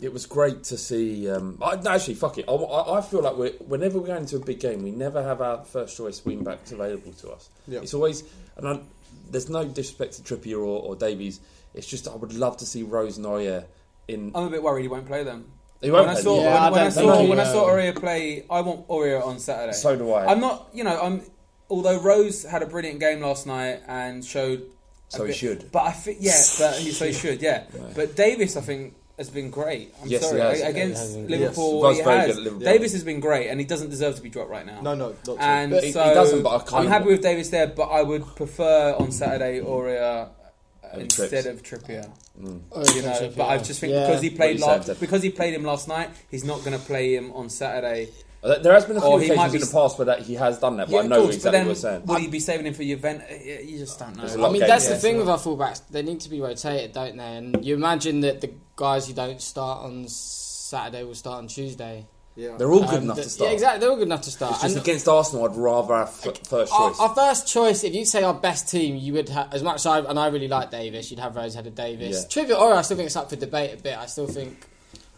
S4: it was great to see. Um, I, no, actually, fuck it. I, I- I feel like we're, whenever we go into a big game, we never have our first choice wing backs available to us.
S6: Yeah.
S4: It's always, and I, there's no disrespect to Trippier or, or Davies. It's just I would love to see Rose Neuer in.
S7: I'm a bit worried he won't play them.
S4: He won't
S7: When I
S4: play
S7: saw
S4: them.
S5: Yeah, I
S7: when, when I
S5: don't
S7: saw
S5: think
S7: when I
S5: he
S7: saw
S5: will.
S7: Aurea play, I want Aurea on Saturday.
S4: So do I.
S7: I'm not. You know, I'm. Although Rose had a brilliant game last night and showed. a
S4: So he
S7: bit-
S4: should.
S7: But I think yeah, but he, so he should yeah. But Davis, I think. Has been great. I'm
S4: Yes, he
S7: sorry.
S4: has.
S7: A- Against
S4: He
S7: Liverpool,
S4: was
S7: he
S4: very
S7: has.
S4: good at Liverpool.
S7: Davis has been great, and he doesn't deserve to be dropped right now.
S6: No, no, not true.
S7: And
S4: But he- he
S7: so
S4: doesn't, but I kind
S7: I'm
S4: of
S7: happy
S4: want-
S7: with Davis there, but I would prefer on Saturday Aurea uh,
S4: And
S7: instead
S4: Tripps.
S7: of Trippier
S5: Oh,
S7: you know,
S5: Trippier.
S7: but I just think
S5: Yeah.
S7: because he
S4: What
S7: played
S4: he said,
S7: last,
S4: that-
S7: because he played him last night, he's not going to play him on Saturday.
S4: uh, There has been a few
S7: Or he might
S4: occasions
S7: be-
S4: in the past where that he has done that, but I
S7: of
S4: know
S7: course,
S4: exactly what you're saying.
S7: would he be saving him for Juventus? Uh, You just don't
S4: There's a
S7: know.
S4: lot
S5: I mean,
S4: Okay,
S5: that's
S4: yeah,
S5: the thing with our fullbacks; they need to be rotated, don't they? And you imagine that the guys who don't start on Saturday will start on Tuesday.
S6: Yeah.
S4: They're all good
S5: Um,
S4: enough
S5: the-
S4: to start.
S5: Yeah, exactly. They're all good enough to start.
S4: It's just
S5: And-
S4: against Arsenal, I'd rather have f- first
S5: Our,
S4: choice.
S5: our first choice, if you say our best team, you would have, as much as I, and I really like Davis, you'd have Rosehead of Davis.
S4: Yeah.
S5: Trivia Aurier, I still think it's up for debate a bit. I still think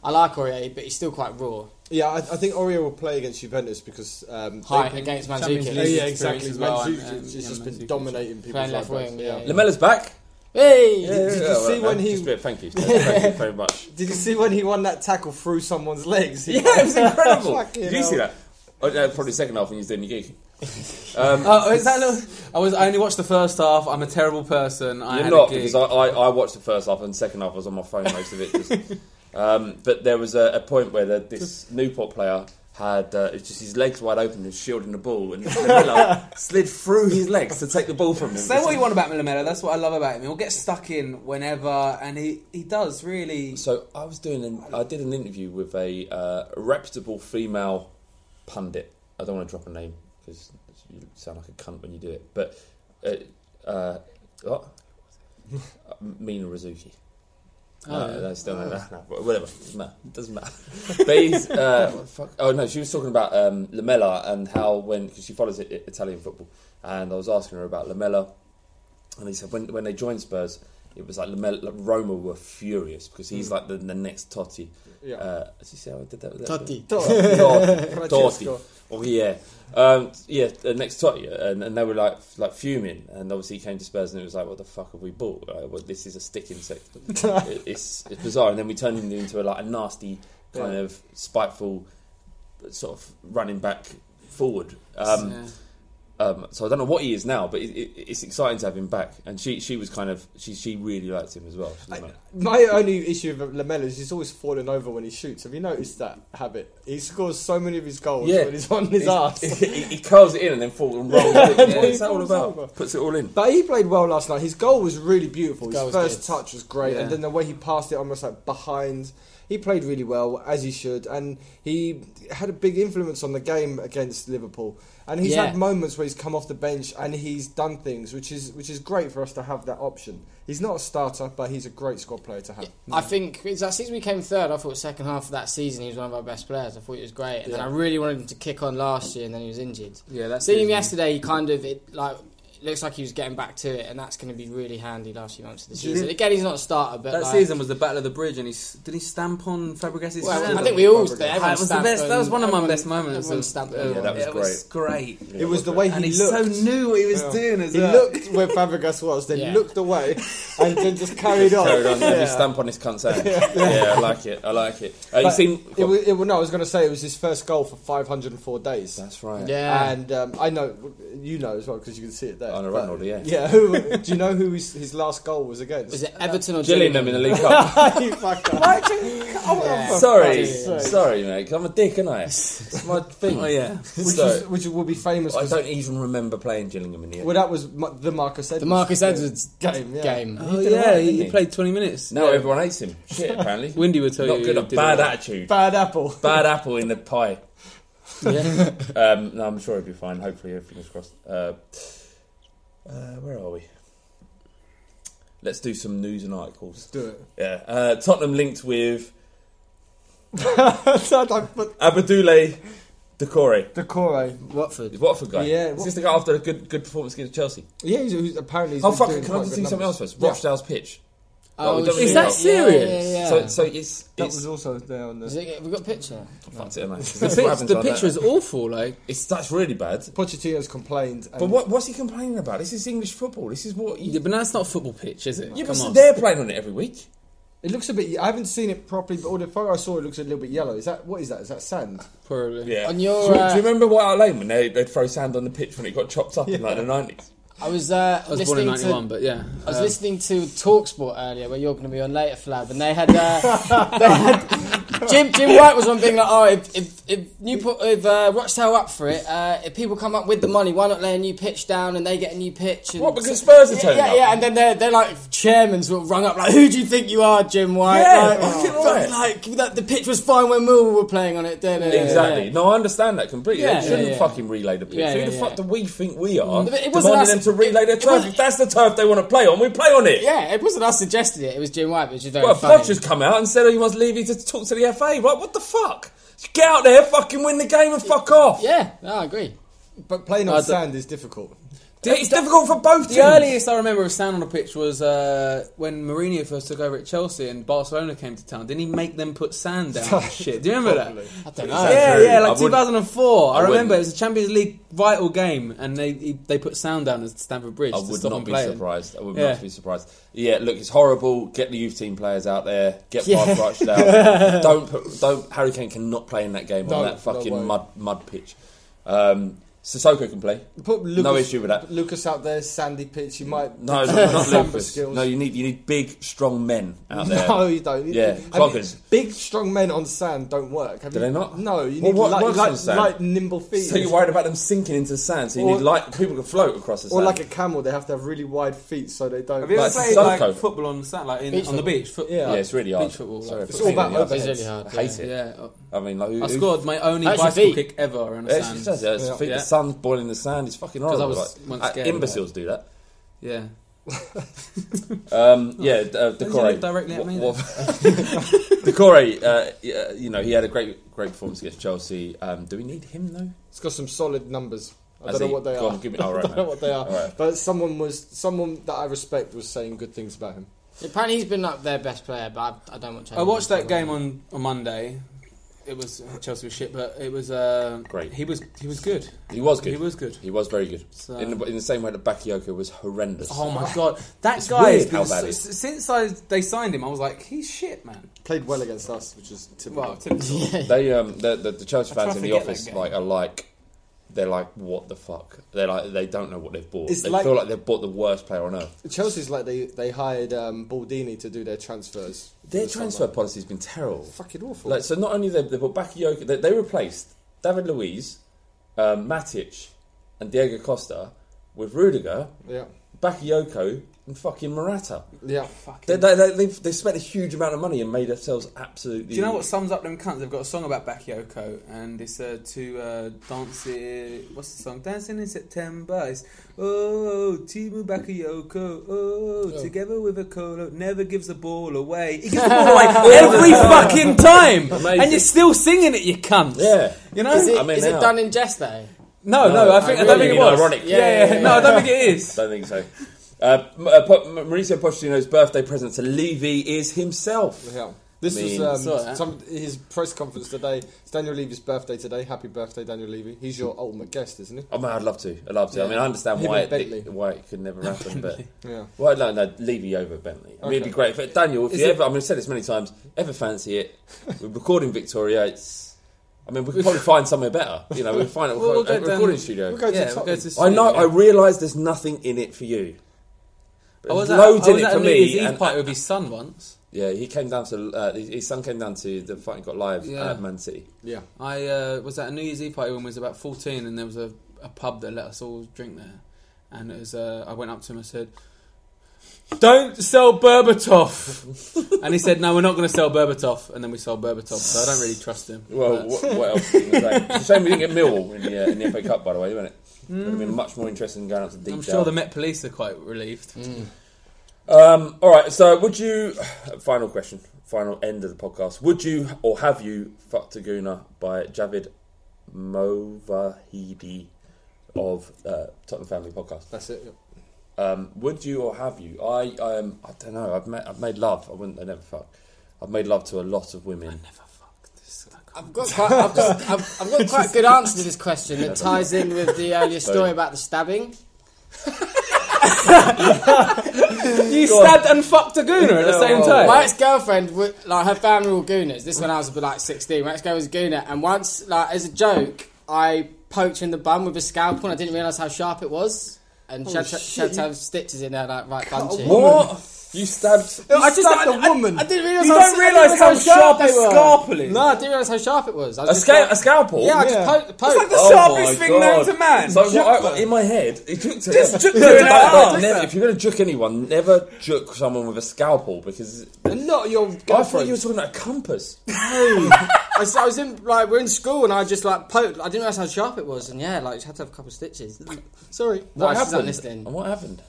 S5: I like Aurier, but he's still quite raw.
S6: Yeah, I, I think Aurier will play against Juventus because um, they-
S5: High against Mandzukic.
S7: Champions
S6: Yeah,
S7: League
S6: yeah,
S7: experience
S6: exactly.
S7: as well,
S6: Mandzukic
S7: and-
S6: has
S7: and,
S6: just
S7: yeah,
S6: been
S7: Mandzukic.
S6: dominating people's
S5: left
S6: lives.
S5: wing, yeah, yeah.
S4: Lamella's back.
S5: Hey!
S6: Did you see
S4: man.
S6: when he-
S4: Just a bit- Thank you. Thank you very much.
S6: Did you see when he won that tackle through someone's legs? He-
S4: Yeah, it was incredible.
S6: Fucking
S4: Did you
S6: hell.
S4: see that? Oh, no, probably the second half when he was doing the gig. Um,
S7: Oh, is that a little, I was. I only watched the first half. I'm a terrible person. I
S4: You're
S7: had
S4: not
S7: a gig.
S4: because I, I, I watched the first half and second half I was on my phone most of it. Just, Um, but there was a, a point where the, this Newport player had uh, it's just his legs wide open and shielding the ball, and Lamella slid through his legs to take the ball from him.
S8: Say what you want about Milamela, that's what I love about him. He'll get stuck in whenever, and he, he does really.
S4: So I was doing, an, I did an interview with a uh, reputable female pundit. I don't want to drop a name because you sound like a cunt when you do it. But uh, uh, what? Mina Rizuki. No, no, still no, no, no, whatever. Doesn't matter. Doesn't matter. but he's, uh, what the fuck? Oh no, she was talking about um, Lamella and how when cause she follows I- Italian football, and I was asking her about Lamella, and he said when when they joined Spurs, it was like Lamella, like Roma were furious because he's like the, the next Totti.
S6: Mm. Yeah.
S4: Uh, did you see how I did that? With that?
S5: Totti.
S4: Totti.
S6: Francesco.
S4: Totti. Oh yeah, um, yeah. The next Totti, and, and they were like f- like fuming, and obviously he came to Spurs, and it was like, what the fuck have we bought? Like, well, this is a stick insect. It- it's, it's bizarre, and then we turned him into a, like a nasty kind
S6: Yeah.
S4: of spiteful sort of running back forward. Um,
S7: Yeah.
S4: um, so I don't know what he is now, but it, it, it's exciting to have him back. And she, she was kind of she she really liked him as well. She was like-
S6: My only issue with Lamella is he's always falling over when he shoots. Have you noticed that habit? He scores so many of his goals
S4: Yeah.
S6: when he's on his ass.
S4: he, he curls it in and then falls and rolls. it.
S6: Yeah.
S4: What is that all
S6: Over.
S4: about? Puts it all in.
S6: But he played well last night. His goal was really beautiful. His,
S5: goal was
S6: first
S5: good.
S6: touch was great, and then the way he passed it almost like behind. He played really well as he should, and he had a big influence on the game against Liverpool. And he's
S5: Yeah.
S6: had moments where he's come off the bench and he's done things, which is which is great for us to have that option. He's not a starter, but he's a great squad player to have.
S5: I think it's that season we came third. I thought second half of that season he was one of our best players. I thought he was great, and then I really wanted him to kick on last year, and then he was injured.
S7: Yeah, that's
S5: seeing him
S7: season.
S5: yesterday, he kind of it like it looks like he was getting back to it, and that's going to be really handy last few months of the season. Again, he's not a starter, but
S7: That
S5: like,
S7: season was the Battle of the Bridge, and he s- did he stamp on Fabregas's
S5: Well,
S7: hand?
S5: I think we all. That
S7: That was the best. That was one of my best moments.
S5: Everyone
S7: Of,
S5: stamped
S7: of-
S5: on him.
S4: that was
S7: it was great.
S6: It was the way he
S7: And he so
S6: looked.
S7: knew what he was doing as
S6: he
S7: well.
S6: looked where Fabregas was, then
S5: Yeah.
S6: looked away, and then just carried on.
S4: Carried on, and
S6: Yeah.
S4: you stamp on his cunt's hand. Yeah, I like it. I like it. Uh, you
S6: But
S4: seen?
S6: it, wa- it, wa- no, I was going to say it was his first goal for 504 days.
S4: That's right.
S5: Yeah.
S6: And um, I know you know as well because you can see it there.
S4: On a
S6: But-
S4: Ronaldo, yeah.
S6: Yeah. Who, do you know who his, his last goal was against?
S5: Was it Everton or
S4: Gillingham in the League Cup.
S6: You fucker.
S5: Yeah.
S4: sorry,
S6: Yeah.
S4: sorry, mate. 'cause I'm a dick, and I. It's my thing.
S7: Oh yeah.
S6: Which,
S4: So-
S6: is, which will be famous.
S4: I
S6: 'cause-
S4: don't even remember playing Gillingham in the end.
S6: well, that was mu- the Marcus Edwards.
S5: The Marcus
S6: game.
S5: Edwards
S6: game. Yeah.
S5: game.
S7: Oh
S4: did
S7: yeah.
S4: alright,
S7: he,
S4: didn't
S7: he
S4: he?
S7: played 20 minutes.
S4: now
S7: Yeah.
S4: everyone hates him. Shit, apparently.
S7: Windy would tell
S4: Not
S7: you.
S4: good.
S7: he
S4: at
S7: did
S4: bad
S7: alright.
S4: attitude.
S6: Bad apple.
S4: Bad apple in the pie. um, no, I'm sure it'll be fine. Hopefully, fingers crossed. Uh, uh, where are we? Let's do some news and articles.
S6: Do it.
S4: Yeah. Uh, Tottenham linked with
S6: so I don't put
S4: Abadoule Decore.
S6: Decore.
S4: Is
S5: Watford.
S4: Watford guy?
S6: Yeah,
S4: Is this the guy after a good good performance against Chelsea?
S6: Yeah, he's, he's apparently. He's
S4: oh
S6: been
S4: fuck!
S6: doing
S4: Can I
S6: quite
S4: just
S6: good
S4: think something
S6: numbers.
S4: else first?
S6: Yeah.
S4: Rochdale's pitch.
S5: Oh,
S4: we don't
S5: shit.
S4: really know.
S7: Is that serious?
S5: Yeah, yeah, yeah.
S4: So so it's,
S6: That
S4: it's
S6: was also there on
S5: Is
S6: the.
S5: it, have we got a picture?
S4: fucked it, mate.
S7: The, pitch, the picture is awful. Like
S4: it's that's really bad.
S6: Pochettino's complained. and-
S4: But what what's he complaining about? This is English football. This is what.
S7: Yeah,
S4: You,
S7: but that's not a football pitch, is it?
S4: yeah,
S7: Come
S4: but
S7: on.
S4: they're playing on it every week.
S6: It looks a bit. I haven't seen it properly, but all the photo I saw, it looks a little bit yellow. Is that what is that? Is that sand?
S7: Probably.
S4: Yeah.
S5: On your,
S4: do, you-
S5: uh,
S4: do you remember White Hart Lane when they they'd throw sand on the pitch when it got chopped up in like the nineties?
S5: I was, uh,
S7: I was born in
S5: listening
S7: '91,
S5: to.
S7: but yeah.
S5: I was
S7: Um,
S5: listening to Talksport earlier, where you're going to be on later, Flab, and they had uh, they had Jim Jim White was on being like, oh, if if, if Newport if uh, Rochdale up for it, uh, if people come up with the money, why not lay a new pitch down and they get a new pitch? And
S4: What, because Spurs are
S5: yeah,
S4: turning
S5: yeah,
S4: up?
S5: yeah, and then they're they're like chairmen sort of rung up like, who do you think you are, Jim White?
S4: Yeah,
S5: like,
S4: fucking
S5: "Fuck,
S4: right."
S5: like that, the pitch was fine when Millwall were playing on it. da- da- da- da-
S4: Exactly.
S5: da.
S4: No, I understand that completely.
S5: Yeah,
S4: they shouldn't
S5: yeah, yeah.
S4: fucking relay the pitch.
S5: Yeah,
S4: Who
S5: yeah,
S4: the fuck
S5: yeah.
S4: do we think we are?
S5: But it wasn't
S4: demanding
S5: us-
S4: them to relay their
S5: it
S4: turf.
S5: wasn't-
S4: If that's the turf they want to play on, we play on it.
S5: Yeah, it wasn't us suggested it. It was Jim White, which is very
S4: Well,
S5: funny.
S4: Poch has come out and said he wants Levy to talk to the FA. Right? What the fuck? Get out there, fucking win the game, and fuck off.
S5: Yeah, no, I agree.
S6: But playing on
S7: I don't-
S6: sand is difficult.
S4: It's difficult for both
S7: The
S4: teams.
S7: earliest I remember of sand on a pitch was uh, when Mourinho first took over at Chelsea and Barcelona came to town. Didn't he make them put sand down? Shit, do you remember that?
S5: I don't know.
S7: Yeah,
S4: true?
S7: yeah,
S4: I
S7: like
S4: wouldn't-
S7: 2004. I,
S4: I
S7: remember it
S4: wouldn't.
S7: was a Champions League vital game, and they he- they put sound down at Stamford Bridge.
S4: I
S7: to
S4: would
S7: stop
S4: not
S7: them
S4: be
S7: playing.
S4: surprised. I would
S7: Yeah.
S4: not be surprised. Yeah, look, it's horrible. Get the youth team players out there. Get
S5: Yeah.
S4: past Rochdale. don't put, don't. Harry Kane cannot play in that game
S6: No,
S4: on that
S6: no
S4: fucking
S6: way.
S4: mud mud pitch. Um, Sissoko can play.
S6: Put Lucas,
S4: No issue with that.
S6: Lucas out there, sandy pitch. You might
S4: No, not
S6: Samba
S4: Lucas.
S6: skills.
S4: No, you need you need big, strong men out there.
S6: No, you don't. You-
S4: Yeah,
S6: I mean,
S4: cloggers.
S6: big, strong men on sand don't work. Have
S4: Do
S6: you-
S4: they not?
S6: No, you
S4: Well,
S6: need
S4: what
S6: light,
S4: works on
S6: light,
S4: sand?
S6: light, nimble feet.
S4: So you're worried about them sinking into the sand. So you
S6: Or-
S4: need light people can float across the
S6: or
S4: sand.
S6: like a camel, they have to have really wide feet so they don't.
S8: Have you ever
S4: Like
S8: played
S4: Sissoko.
S8: like football on the sand, like in,
S5: Beach
S8: on the
S5: football.
S8: beach? Foot,
S6: Yeah.
S4: yeah, it's really hard.
S7: Beach football,
S4: Sorry,
S7: like-
S4: for
S6: It's all
S4: feeling
S6: about
S4: the
S5: It's
S6: overheads.
S5: really hard.
S4: I hate it.
S7: Yeah,
S4: I mean, like who,
S7: I
S4: who-
S7: scored my only
S5: How's your
S7: bicycle
S5: feet?
S7: kick ever on
S4: Yeah,
S7: a
S4: It's just,
S7: sand.
S4: yeah, it's
S6: Yeah.
S4: feet-
S7: Yeah.
S4: The sun's boiling in the sand. It's fucking horrible.
S7: was
S4: like,
S7: once
S4: uh,
S7: scared of
S4: imbeciles do that.
S7: Yeah,
S4: Um, yeah, uh, Decore.
S7: Oh. look directly at me
S4: Wha- wha- Decore, uh, yeah, you know, he had a great, great performance against Chelsea. Um, do we need him though?
S6: It's got some solid numbers. I
S4: Has he-
S6: don't know what they
S4: go
S6: are.
S4: on, give me- all right,
S6: I don't know
S4: mate.
S6: what they are.
S4: All right.
S6: But someone was someone that I respect was saying good things about him.
S5: Apparently, he's been like their best player, but I, I don't watch.
S7: I watched that game on, on Monday. It was Chelsea was shit, but it was uh,
S4: Great.
S7: He was he was good.
S4: He was good.
S7: He was good.
S4: He was very good.
S7: So-
S4: In, the, in the same way that Bakayoko was horrendous.
S7: Oh my god, that
S4: It's
S7: guy!
S4: weird
S7: has
S4: how
S7: been
S4: bad
S7: so-
S4: he is.
S7: since I they signed him, I was like, he's shit, man.
S6: Played well against us, which is typical.
S7: Well, typical.
S4: They, um, the, the, the Chelsea
S8: I try
S4: fans
S8: to
S4: in the
S8: forget
S4: office
S8: that game.
S4: like are like, they're like, what the fuck? They're like, they don't know what they've bought.
S6: It's
S4: they
S6: like-
S4: feel like they've bought the worst player on earth.
S6: Chelsea's like they they hired um, Baldini to do their transfers.
S4: Their
S6: This
S4: transfer
S6: summer.
S4: policy's been terrible.
S6: fucking awful.
S4: Like, so not only they, they bought Bakayoko, they, they replaced David Luiz, um, Matic, and Diego Costa with Rudiger,
S6: yeah,
S4: Bakayoko, and fucking Morata.
S6: yeah.
S4: They, they, they, they've, they've spent a huge amount of money and made themselves absolutely.
S8: Do you know what sums up them cunts? They've got a song about Bakayoko, and it's uh, to uh, dance. It, what's the song? Dancing in September. It's oh Timu Bakayoko, oh, together with a colo, never gives the ball away. He gives the ball away
S7: Every fucking time,
S4: Amazing.
S7: and you're still singing it, you cunts.
S4: Yeah.
S7: you know.
S5: Is it,
S4: I mean,
S5: is it
S4: now-
S5: done in jest though?
S7: no, no, I think I, don't
S4: really
S7: think it
S4: mean
S7: was.
S4: ironic.
S7: Yeah, yeah, yeah. no, I don't think it is.
S4: Don't think so. Uh, M- uh, Po- M- Mauricio Pochettino's birthday present to Levy is himself.
S6: Yeah. This
S4: I mean-
S6: was
S7: Saw
S6: um,
S7: that.
S6: some, his press conference today. It's Daniel Levy's birthday today. Happy birthday, Daniel Levy. He's your ultimate guest, isn't he?
S4: Oh man, I'd love to. I'd love to. I mean, I understand
S6: Him
S4: why
S6: and
S4: it,
S6: Bentley.
S4: why it could never happen, but
S6: Yeah.
S4: well, no, no, Levy over Bentley. I mean, it'd be
S6: Okay.
S4: great. If, Daniel, if
S7: Is
S4: you
S7: it-
S4: ever, I mean, I've said this many times. Ever fancy it? We're recording Victoria. It's, I mean, we could probably find somewhere better. You know, we'll find a,
S7: We'll- we'll
S4: a
S7: go down-
S4: recording studio.
S6: We'll go to
S7: Yeah,
S6: Tottenham.
S7: we'll go to
S4: I know.
S7: studio.
S4: I realise there's nothing in it for you.
S7: I Oh, was at,
S4: loads
S7: I
S4: in
S7: was
S4: it
S7: at
S4: for
S7: a New Year's
S4: me.
S7: Eve
S4: and-
S7: party with his son once.
S4: yeah, he came down to uh, his his son came down to the fight got live
S7: Yeah.
S4: at Man City.
S6: Yeah.
S7: I uh, was at a New Year's Eve party when we was about 14, and there was a, a pub that let us all drink there. And it was, uh, I went up to him and said, "Don't sell Berbatov." and he said, "No, we're not going to sell Berbatov." And then we sold Berbatov, so I don't really trust him.
S4: Well, what, what else? Is there? it's a shame we didn't get Millwall in the, uh, in the FA Cup, by the way, wasn't it? Would have been much more interesting going up to detail.
S7: I'm sure the Met Police are quite relieved.
S8: Mm.
S4: um, all right, so would you? Final question, final end of the podcast. Would you or have you fucked a Aguna by Javid Movahidi of uh, Tottenham Family Podcast?
S6: That's it. yeah.
S4: Um, would you or have you? I um, I don't know. I've made, I've made love. I wouldn't. I never fuck. I've made love to a lot of women.
S5: I've got quite, I've got, I've, I've got quite a good answer to this question that ties in with the earlier story about the stabbing.
S7: you stabbed and fucked a gooner at the same time.
S5: My ex girlfriend, like her family were all gooners. This when I was about like sixteen. My ex girl was a gooner, and once, like as a joke, I poked her in the bum with a scalpel, and I didn't realise how sharp it was. And she had, to, she had to have stitches in her like right bum cheek.
S4: What? You stabbed?
S5: I just
S6: stabbed
S5: I-
S6: a woman.
S5: I, I didn't realise.
S7: you
S5: how- I
S7: don't
S5: didn't
S7: realise how
S5: realise
S7: sharp a
S5: they were.
S7: scalpel is.
S5: No, I didn't realise how sharp it was. I was
S4: A,
S5: just
S4: sca-
S5: like-
S4: a scalpel? Oh
S5: Yeah, I
S6: Yeah.
S5: just poked.
S8: It's like
S5: poked.
S8: the sharpest thing known to man.
S4: So what I, in my head, it took to
S8: Just juke
S4: No,
S8: them in
S4: don't-
S8: the arse.
S4: don't- never- If you're going to juke anyone, never juke someone with a scalpel because
S6: And not your
S4: I thought
S6: girlfriend.
S4: you were talking about a compass.
S5: I was, I was in like we're in school and I just like poked. I didn't realize how sharp it was, and yeah, like just had to have a couple of stitches. Sorry, no,
S4: What
S5: she's
S4: happened?
S5: Not listening.
S4: And what happened?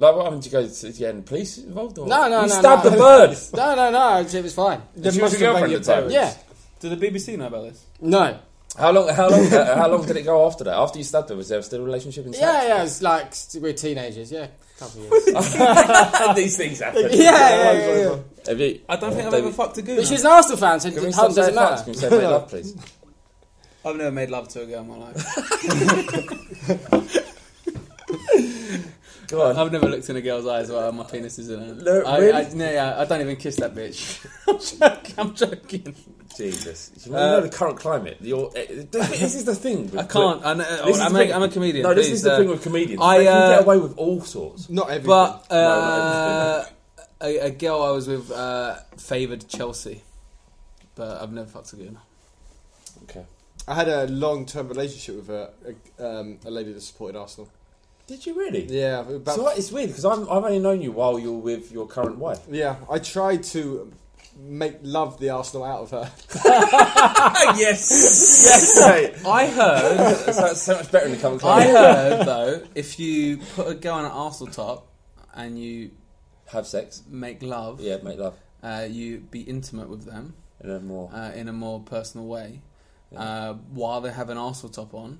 S4: Like, what happened? Did you go to the end? Police involved? Or
S5: No, no,
S4: you
S5: no,
S4: stabbed
S5: no.
S4: the bird.
S5: No, no, no. It was fine.
S6: They
S4: She was
S6: must
S4: your
S6: have
S4: girlfriend
S6: been your
S4: at the time.
S6: parents.
S5: Yeah.
S8: Do the BBC know about this?
S5: No.
S4: How long? How long? uh, how long did it go after that? After you stabbed her, was there still a relationship intact?
S5: Yeah, yeah. It's like we we're teenagers. Yeah, couple of years.
S4: These things happen.
S5: yeah, yeah, yeah. yeah.
S4: Have you-
S8: I don't think I've
S4: David-
S8: ever fucked a gooner.
S5: But she's an Arsenal fan, so
S4: Can we
S5: it
S4: stop
S5: doesn't
S4: saying fucks?
S5: matter.
S4: Can we say make love, please?
S8: I've never made love to a girl in my life.
S4: Go on.
S7: I've never looked in a girl's eyes while my penis is in it.
S4: No,
S7: I,
S4: really?
S7: I, no, yeah, I don't even kiss that bitch. I'm joking. I'm joking.
S4: Jesus. You know, you know the current climate. You're, eh, this is the thing. With,
S7: Uh, I can't. I know,
S4: This is
S7: I'm,
S4: the
S7: a,
S4: thing-
S7: I'm a comedian.
S4: No, this
S7: please,
S4: is the
S7: uh,
S4: thing with comedians.
S7: I,
S4: they can
S7: uh,
S4: get away with all sorts.
S6: Not everything.
S7: But
S4: not
S7: uh, a, a girl I was with uh, favoured Chelsea, but I've never fucked a girl.
S4: Okay.
S6: I had a long-term relationship with a, a, um, a lady that supported Arsenal.
S4: Did you really?
S6: Yeah, about
S4: So what, it's weird because I've only known you while you're with your current wife.
S6: yeah. I tried to make love the Arsenal out of her.
S7: yes,
S4: Yes, mate.
S7: I heard.
S4: That's, that's Oh, so much better in the current
S7: I uh,
S4: climate.
S7: heard though, if you put a girl in an arsehole top and you
S4: Have sex.
S7: make love,
S4: Yeah, make love.
S7: uh, you be intimate with them
S4: And then more.
S7: uh, in a more personal way, uh, while they have an arsehole top on,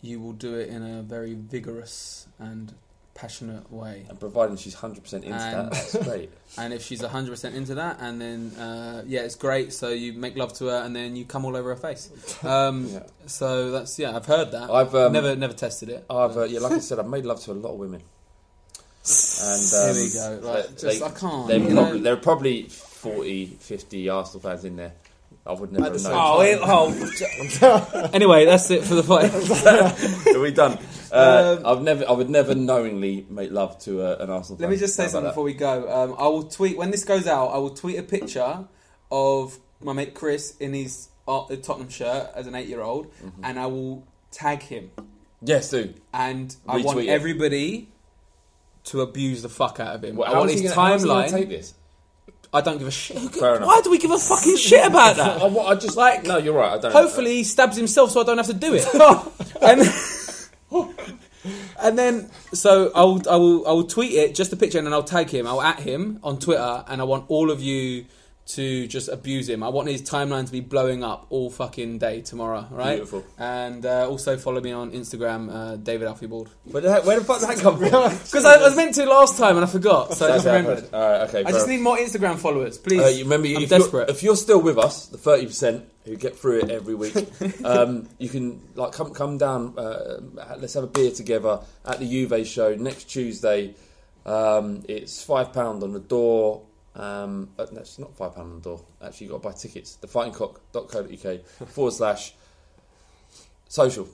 S7: you will do it in a very vigorous and passionate way.
S4: and providing she's 100% into that,
S7: And-
S4: that's great.
S7: And if she's 100% into that, and then, uh, yeah, it's great. So you make love to her, and then you come all over her face. Um,
S4: Yeah.
S7: So that's, yeah, I've heard that.
S4: I've, um,
S7: never never tested it.
S4: I've, uh, yeah, like I said, I've made love to a lot of women. And, um,
S7: Here we go. Like,
S4: they-
S7: just,
S4: they-
S7: I can't.
S4: They're
S7: you know?
S4: probably, there are probably 40, 50 Arsenal fans in there. I would never have
S6: the
S4: known.
S7: Oh, it, oh. anyway, that's it for the fight.
S4: Are we done? Uh, I've never, I would never knowingly make love to a, an Arsenal
S8: Let
S4: fan.
S8: me just say
S4: How about
S8: something
S4: that?
S8: before we go. Um, I will tweet when this goes out. I will tweet a picture of my mate Chris in his uh, Tottenham shirt as an eight-year-old,
S4: Mm-hmm.
S8: and I will tag him.
S4: Yes, do.
S8: And I want
S4: Retweet it.
S8: everybody to abuse the fuck out of him.
S4: Well,
S8: I
S4: how's
S8: want
S4: he
S8: his
S4: gonna- how's he gonna
S8: timeline.
S4: Take this.
S7: I don't give a shit. Who-
S4: Fair enough.
S7: Why do we give a fucking shit about that?
S4: I, wa- I just like. No, you're right. I don't.
S7: Hopefully, he stabs himself so I don't have to do it. Oh. and, and then, so I will, I will, I will tweet it just a picture, and then I'll tag him. I'll at him on Twitter, and I want all of you to just abuse him. I want his timeline to be blowing up all fucking day tomorrow. Right?
S4: Beautiful.
S7: And uh, also follow me on Instagram, uh, David Alfie Bald,
S4: But the heck- where the fuck did that come from?
S7: because I was meant to last time and I forgot, so I
S4: That's
S7: just
S4: happened.
S7: remembered.
S4: All right, okay.
S8: I just need more Instagram followers, please.
S4: Uh, you remember,
S7: I'm
S4: if, you're,
S7: desperate.
S4: if you're still with us, the thirty percent who get through it every week, um, you can like come come down. Uh, let's have a beer together at the Juve show next Tuesday. Um, it's five pound on the door. Um, uh, no, it's not five pound on the door. Actually, you got to buy tickets. Thefightingcock.co.uk forward slash social.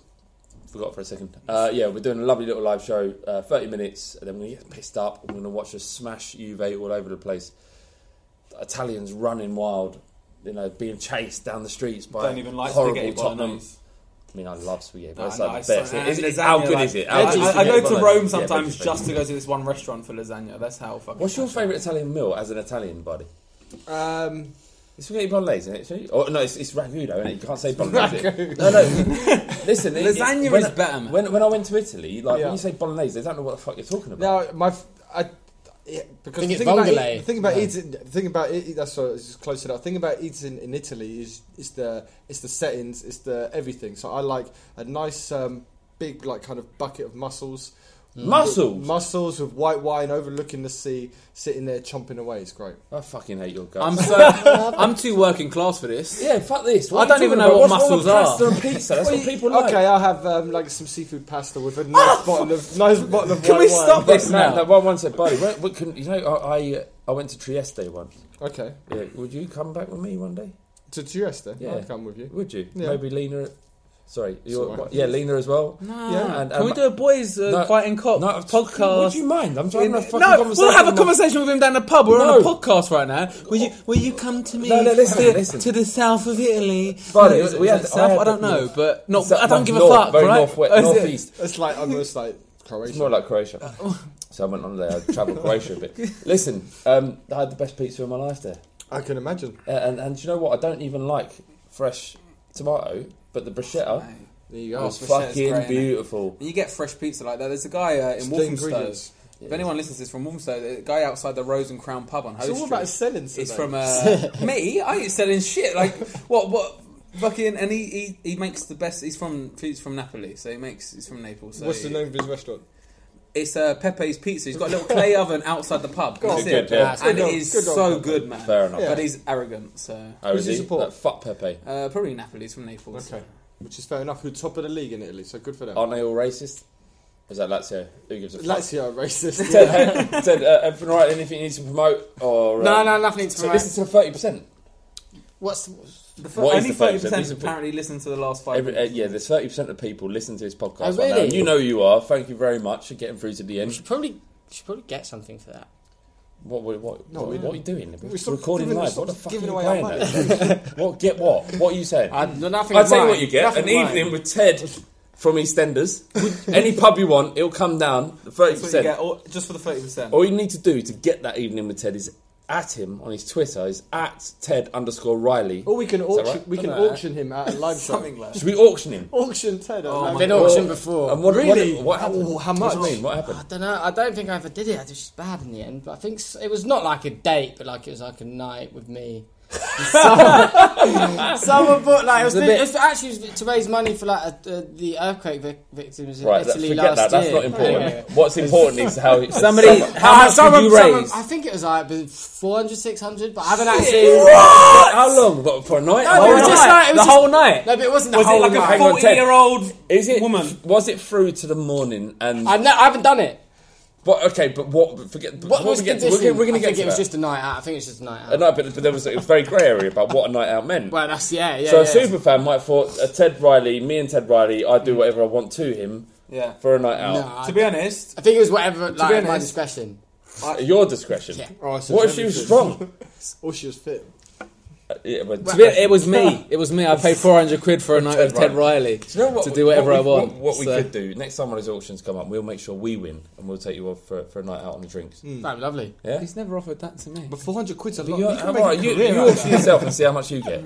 S4: Forgot for a second. Uh, yeah, we're doing a lovely little live show, uh, 30 minutes, and then we're going to get pissed up. We're going to watch us smash Juve all over the place. Italians running wild, you know, being chased down the streets by
S8: don't even like
S4: horrible
S8: spaghetti
S4: Tottenham.
S8: bolognese.
S4: I mean, I love spaghetti, but
S8: No,
S4: it's
S8: no,
S4: like
S8: it's
S4: the best.
S8: so-
S4: Is it-
S8: and
S4: is- how
S8: lasagna,
S4: good
S8: like-
S4: is it?
S8: I,
S4: How good is
S8: I- I
S4: spaghetti
S8: go to
S4: bolognese?
S8: Rome
S4: Yeah,
S8: sometimes
S4: veggie
S8: just to
S4: spaghetti.
S8: go to this one restaurant for lasagna. That's how fucking.
S4: What's your favourite Italian meal as an Italian, buddy?
S6: Um,
S4: It's spaghetti bolognese, isn't it? Or, no, it's, it's ragu, though, isn't it? You can't say bolognese. is it? no, no. Listen, it-
S7: Lasagna
S4: it- when
S7: is
S4: I-
S7: better, man.
S4: When, when I went to Italy, like
S6: Yeah.
S4: when you say bolognese, they don't know what the fuck you're talking about.
S6: now my f- I yeah, because
S9: Think
S6: the
S9: it's
S6: thing about,
S9: vongole.
S6: eat- the thing about
S9: No.
S6: eating, the thing about it, that's what it's just close it up. The thing about eating in Italy is is the it's the settings, it's the everything. So I like a nice um, big like kind of bucket of mussels.
S4: Mussels?
S6: mussels with white wine overlooking the sea, sitting there chomping away. It's great.
S4: I fucking hate your guts.
S7: I'm so, I'm too working class for this.
S4: yeah, fuck this.
S7: I don't even know what mussels are.
S4: Pasta and pizza. That's what people like.
S6: Okay, I'll have um, like some seafood pasta with a nice bottle of nice bottle of
S7: Can
S6: white
S7: we
S6: wine.
S7: stop this
S4: No,
S7: now?
S4: no, one, one said, buddy, where, what can, you know, I, I, uh, I went to Trieste once.
S6: Okay,
S4: Yeah, would you come back with me one day?
S6: to Trieste. Oh,
S4: Yeah.
S6: I'll come with you.
S4: Would you?
S6: Yeah.
S4: Maybe Lena. Sorry, you're,
S6: all right.
S4: yeah, Lena as well.
S7: Ah,
S4: and-
S7: Can
S4: and-
S7: we do a boys uh,
S4: No,
S7: fighting cop
S4: no,
S7: podcast?
S4: Would you mind? I'm trying
S7: In-
S4: to have a fucking
S7: no,
S4: conversation.
S7: we'll have a
S4: with my-
S7: conversation with him down the pub. We're on a
S4: No.
S7: podcast right now. Will you? Will you come to me?
S4: No, no, listen,
S7: to,
S4: listen.
S7: to the south of Italy.
S4: Buddy,
S7: No, is it-
S4: we
S7: is
S4: had-
S7: it
S4: I
S7: south?
S4: had
S7: I, don't
S4: the-
S7: know, but not.
S4: Sa-
S7: I don't give a
S4: north,
S7: fuck.
S4: Very
S7: right?
S4: north,
S7: Or is it-
S4: northeast.
S6: It's like almost like Croatia.
S4: It's more like Croatia.
S7: Uh.
S4: So I went on there. I travelled Croatia a bit. Listen, um, I had the best pizza of my life there.
S6: I can imagine.
S4: Uh, and, and do you know what? I don't even like fresh tomato, but the bruschetta
S6: There you go.
S4: was
S8: bruschetta's
S4: fucking
S8: great, innit?
S4: beautiful.
S8: You get fresh pizza like that. There's a guy uh, in
S6: the
S8: Walthamstow.
S6: ingredients.
S8: If anyone listens to this from Walthamstow, the guy outside the Rose and Crown pub on High
S6: It's
S8: Street.
S6: all about selling today.
S8: It's from uh, me. I ain't selling shit. Like what? What? Fucking. And he, he, he makes the best. He's from he's from Napoli, so he makes he's from Naples. So
S6: What's the
S8: he-
S6: name of his restaurant?
S8: It's uh, Pepe's Pizza. He's got a little clay oven outside the pub. That's
S4: Good,
S8: it.
S4: yeah.
S8: And
S6: Good
S8: it
S6: on-
S8: is
S6: good on
S8: so
S6: Pepe.
S8: good, man.
S4: Fair enough.
S8: But
S6: Yeah.
S8: he's arrogant, so
S4: Oh,
S6: Who's
S4: is
S6: your
S4: he?
S6: support?
S4: That fuck Pepe.
S8: uh, probably Napoli. He's from Naples.
S6: Okay, which is fair enough. Who top of the league in Italy? So good for them.
S4: Aren't they all racist? Was that Lazio? Who gives a fuck?
S6: Lazio are racist.
S4: Ted, Ted, uh, everything all right? Anything you need to promote? Or, uh,
S5: No, no, nothing to
S4: So
S5: promote.
S4: listen to thirty percent.
S5: What's
S8: The f-
S4: What is
S8: only
S4: the fact
S8: thirty
S4: that these
S8: percent
S4: are-
S8: apparently listen to the last five.
S4: Every, uh,
S8: minutes.
S4: yeah, there's thirty percent of people listen to this podcast.
S5: Oh,
S4: right now.
S5: really?
S4: You know who you are. Thank you very much for getting through to the end.
S5: should probably should probably get something for that.
S4: What, what, what,
S6: No,
S4: what,
S6: we-
S4: what are you doing? We're,
S6: stopped
S4: recording
S6: giving- we
S4: live. What the
S6: stopped
S4: fuck are you
S6: giving away our
S4: playing at? what? Get what? What are you saying?
S5: I, nothing.
S4: I'll
S5: of
S4: tell you
S5: mine.
S4: what you get
S5: Nothing
S4: an
S5: of mine.
S4: evening with Ted from EastEnders. Any pub you want, it'll come down
S8: That's what you
S4: 30%.
S8: get, all, just for the thirty percent.
S7: Oh,
S4: All you need to do to get that evening with Ted is at him on his Twitter, is at Ted underscore Riley.
S6: Or we can
S4: that
S6: auction.
S4: right?
S6: We can
S4: Something like
S6: auction him at a live shop.
S8: Something less.
S4: Should we auction him?
S6: Auction Ted.
S4: Oh
S6: uh, at a live
S5: I've been
S6: shop.
S5: auctioned before.
S4: And what,
S6: Really?
S4: What, what happened?
S6: How- how
S4: What do you
S6: much?
S4: mean? What happened?
S5: I don't know. I don't think I ever did it. I was just bad in the end. But I think s it was not like a date, but like it was like a night with me. someone, someone bought like it
S4: It's
S5: was,
S4: a
S5: the-
S4: bit-
S5: it was actually to raise money for like a, a, the earthquake vic- victims in
S4: Right, that,
S5: Italy
S4: forget
S5: last
S4: that. That's
S5: year.
S4: not important.
S5: Anyway.
S4: What's important is how it-
S7: Somebody- how
S4: Uh,
S7: much did
S4: someone-
S7: you
S4: someone-
S7: raise?
S5: I think it was like 400, 600, but I haven't actually.
S4: How long? What, for a night?
S5: No, it was just like it was
S7: the
S5: just-
S7: whole night.
S5: No, but it wasn't the
S8: Was it
S5: whole
S8: like
S5: night.
S8: a
S4: Hang on, Ted.
S8: forty-year-old
S4: Is it
S8: woman?
S4: Was it through to the morning? And
S5: I, no, I haven't done it.
S4: but okay, but what? Forget.
S5: What,
S4: What,
S5: was
S4: we
S5: the
S4: get to, we're gonna,
S5: distance?
S4: we're gonna
S5: I
S4: get
S5: think
S4: to
S5: it was
S4: that.
S5: just a night out. I think it was just a night out.
S4: Uh, no, but, but there was it was very grey area about what a night out meant.
S5: Well, that's yeah, yeah.
S4: so
S5: yeah.
S4: a super fan might have thought uh, Ted Riley, me and Ted Riley, I do whatever I want to him
S8: Yeah.
S4: for a night out.
S5: No,
S8: To be honest,
S5: I think it was whatever, like, at my
S8: honest-
S5: discretion.
S4: At your discretion.
S5: Yeah.
S6: Oh, I said
S4: What if she was
S6: everything.
S4: strong?
S6: Or Oh, she was fit.
S4: Uh, yeah, but
S7: To be- It was me. It was me. I paid 400 quid for a night with Ted Riley
S4: You know what-
S7: to do whatever
S4: what
S7: I
S4: we-
S7: want.
S4: What, what we
S7: So-
S4: could do next time when those auctions come up, we'll make sure we win and we'll take you off for, for a night out on the drinks.
S7: Hmm.
S5: That'd be lovely.
S7: He's never offered that to me.
S6: But 400 quid's a lot.
S4: You're,
S6: You can make a
S4: alright, you,
S6: career
S4: you
S6: out of
S4: auction yourself and see how much you get.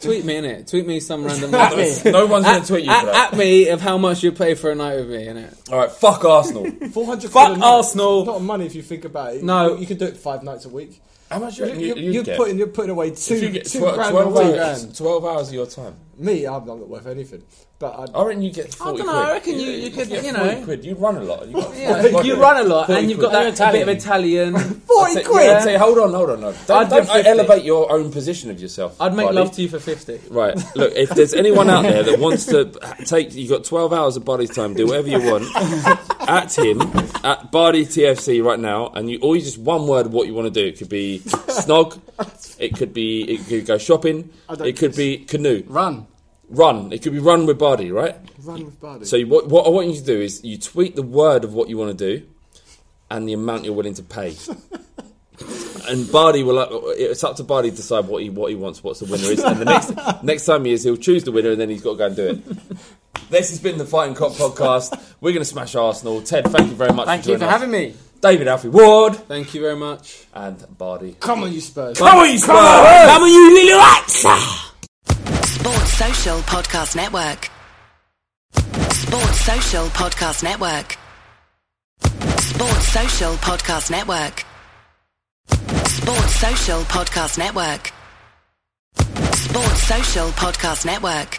S7: Tweet me in it. Tweet me some random.
S5: At me.
S4: No one's going to
S7: At,
S4: tweet you
S7: at-
S4: for that.
S7: at me of how much you pay for a night with me in it.
S4: All right, fuck Arsenal.
S6: that. 400
S7: Fuck
S6: quid a night.
S7: Arsenal.
S6: Not money if you think about it.
S7: No.
S6: You can do it five nights a week.
S4: How much
S6: You,
S4: you, you, you,
S6: are
S4: get?
S6: putting, you're putting away two,
S4: If you get
S6: two
S4: twel-
S6: grand
S4: 12,
S6: a week.
S4: hours, 12 hours of your time.
S6: Me, I'm not worth anything. But I'd,
S4: I reckon you get 40
S7: dunno, I
S4: quid.
S7: reckon you- you could,
S4: get
S7: you
S4: 40
S7: know.
S4: quid. You run a lot. You, got
S7: Yeah,
S4: 40
S7: you
S4: quid.
S7: run a lot,
S4: 40
S7: and you've
S4: quid.
S7: got that bit of Italian.
S6: 40 quid!
S4: Yeah, say, hold on, hold on. No. Don't,
S7: I'd do
S4: don't
S7: 50.
S4: elevate your own position of yourself.
S7: I'd make
S4: Riley.
S7: love to you for 50.
S4: Right, look, if there's anyone out there that wants to take, you've got 12 hours of Bardi's time, do whatever you want, at him, at Bardi TFC right now, and you, or you just one word of what you want to do. It could be snog, it could be, it could go shopping,
S6: don't
S4: it could be canoe,
S5: Run.
S4: run, it could be run with Bardi, right?
S6: Run with Bardi.
S4: So you, what, what I want you to do is you tweet the word of what you want to do and the amount you're willing to pay. and Bardi will uh, it's up to Bardi to decide what he what he wants, what's the winner is, and the next next time he is, he'll choose the winner and then he's got to go and do it. This has been the Fighting Cock podcast. We're going to smash Arsenal. Ted, thank you very much
S5: Thank
S4: for
S5: you
S4: joining
S5: for
S4: us.
S5: having me.
S4: David Alfie Ward
S7: Thank you very much.
S4: and Bardi.
S6: Come on, you Spurs.
S4: Come on, you Spurs! Come on, you little rats!
S1: Sports Social Podcast Network. Sports Social Podcast Network. Sports Social Podcast Network. Sports Social Podcast Network. Sports Social Podcast Network.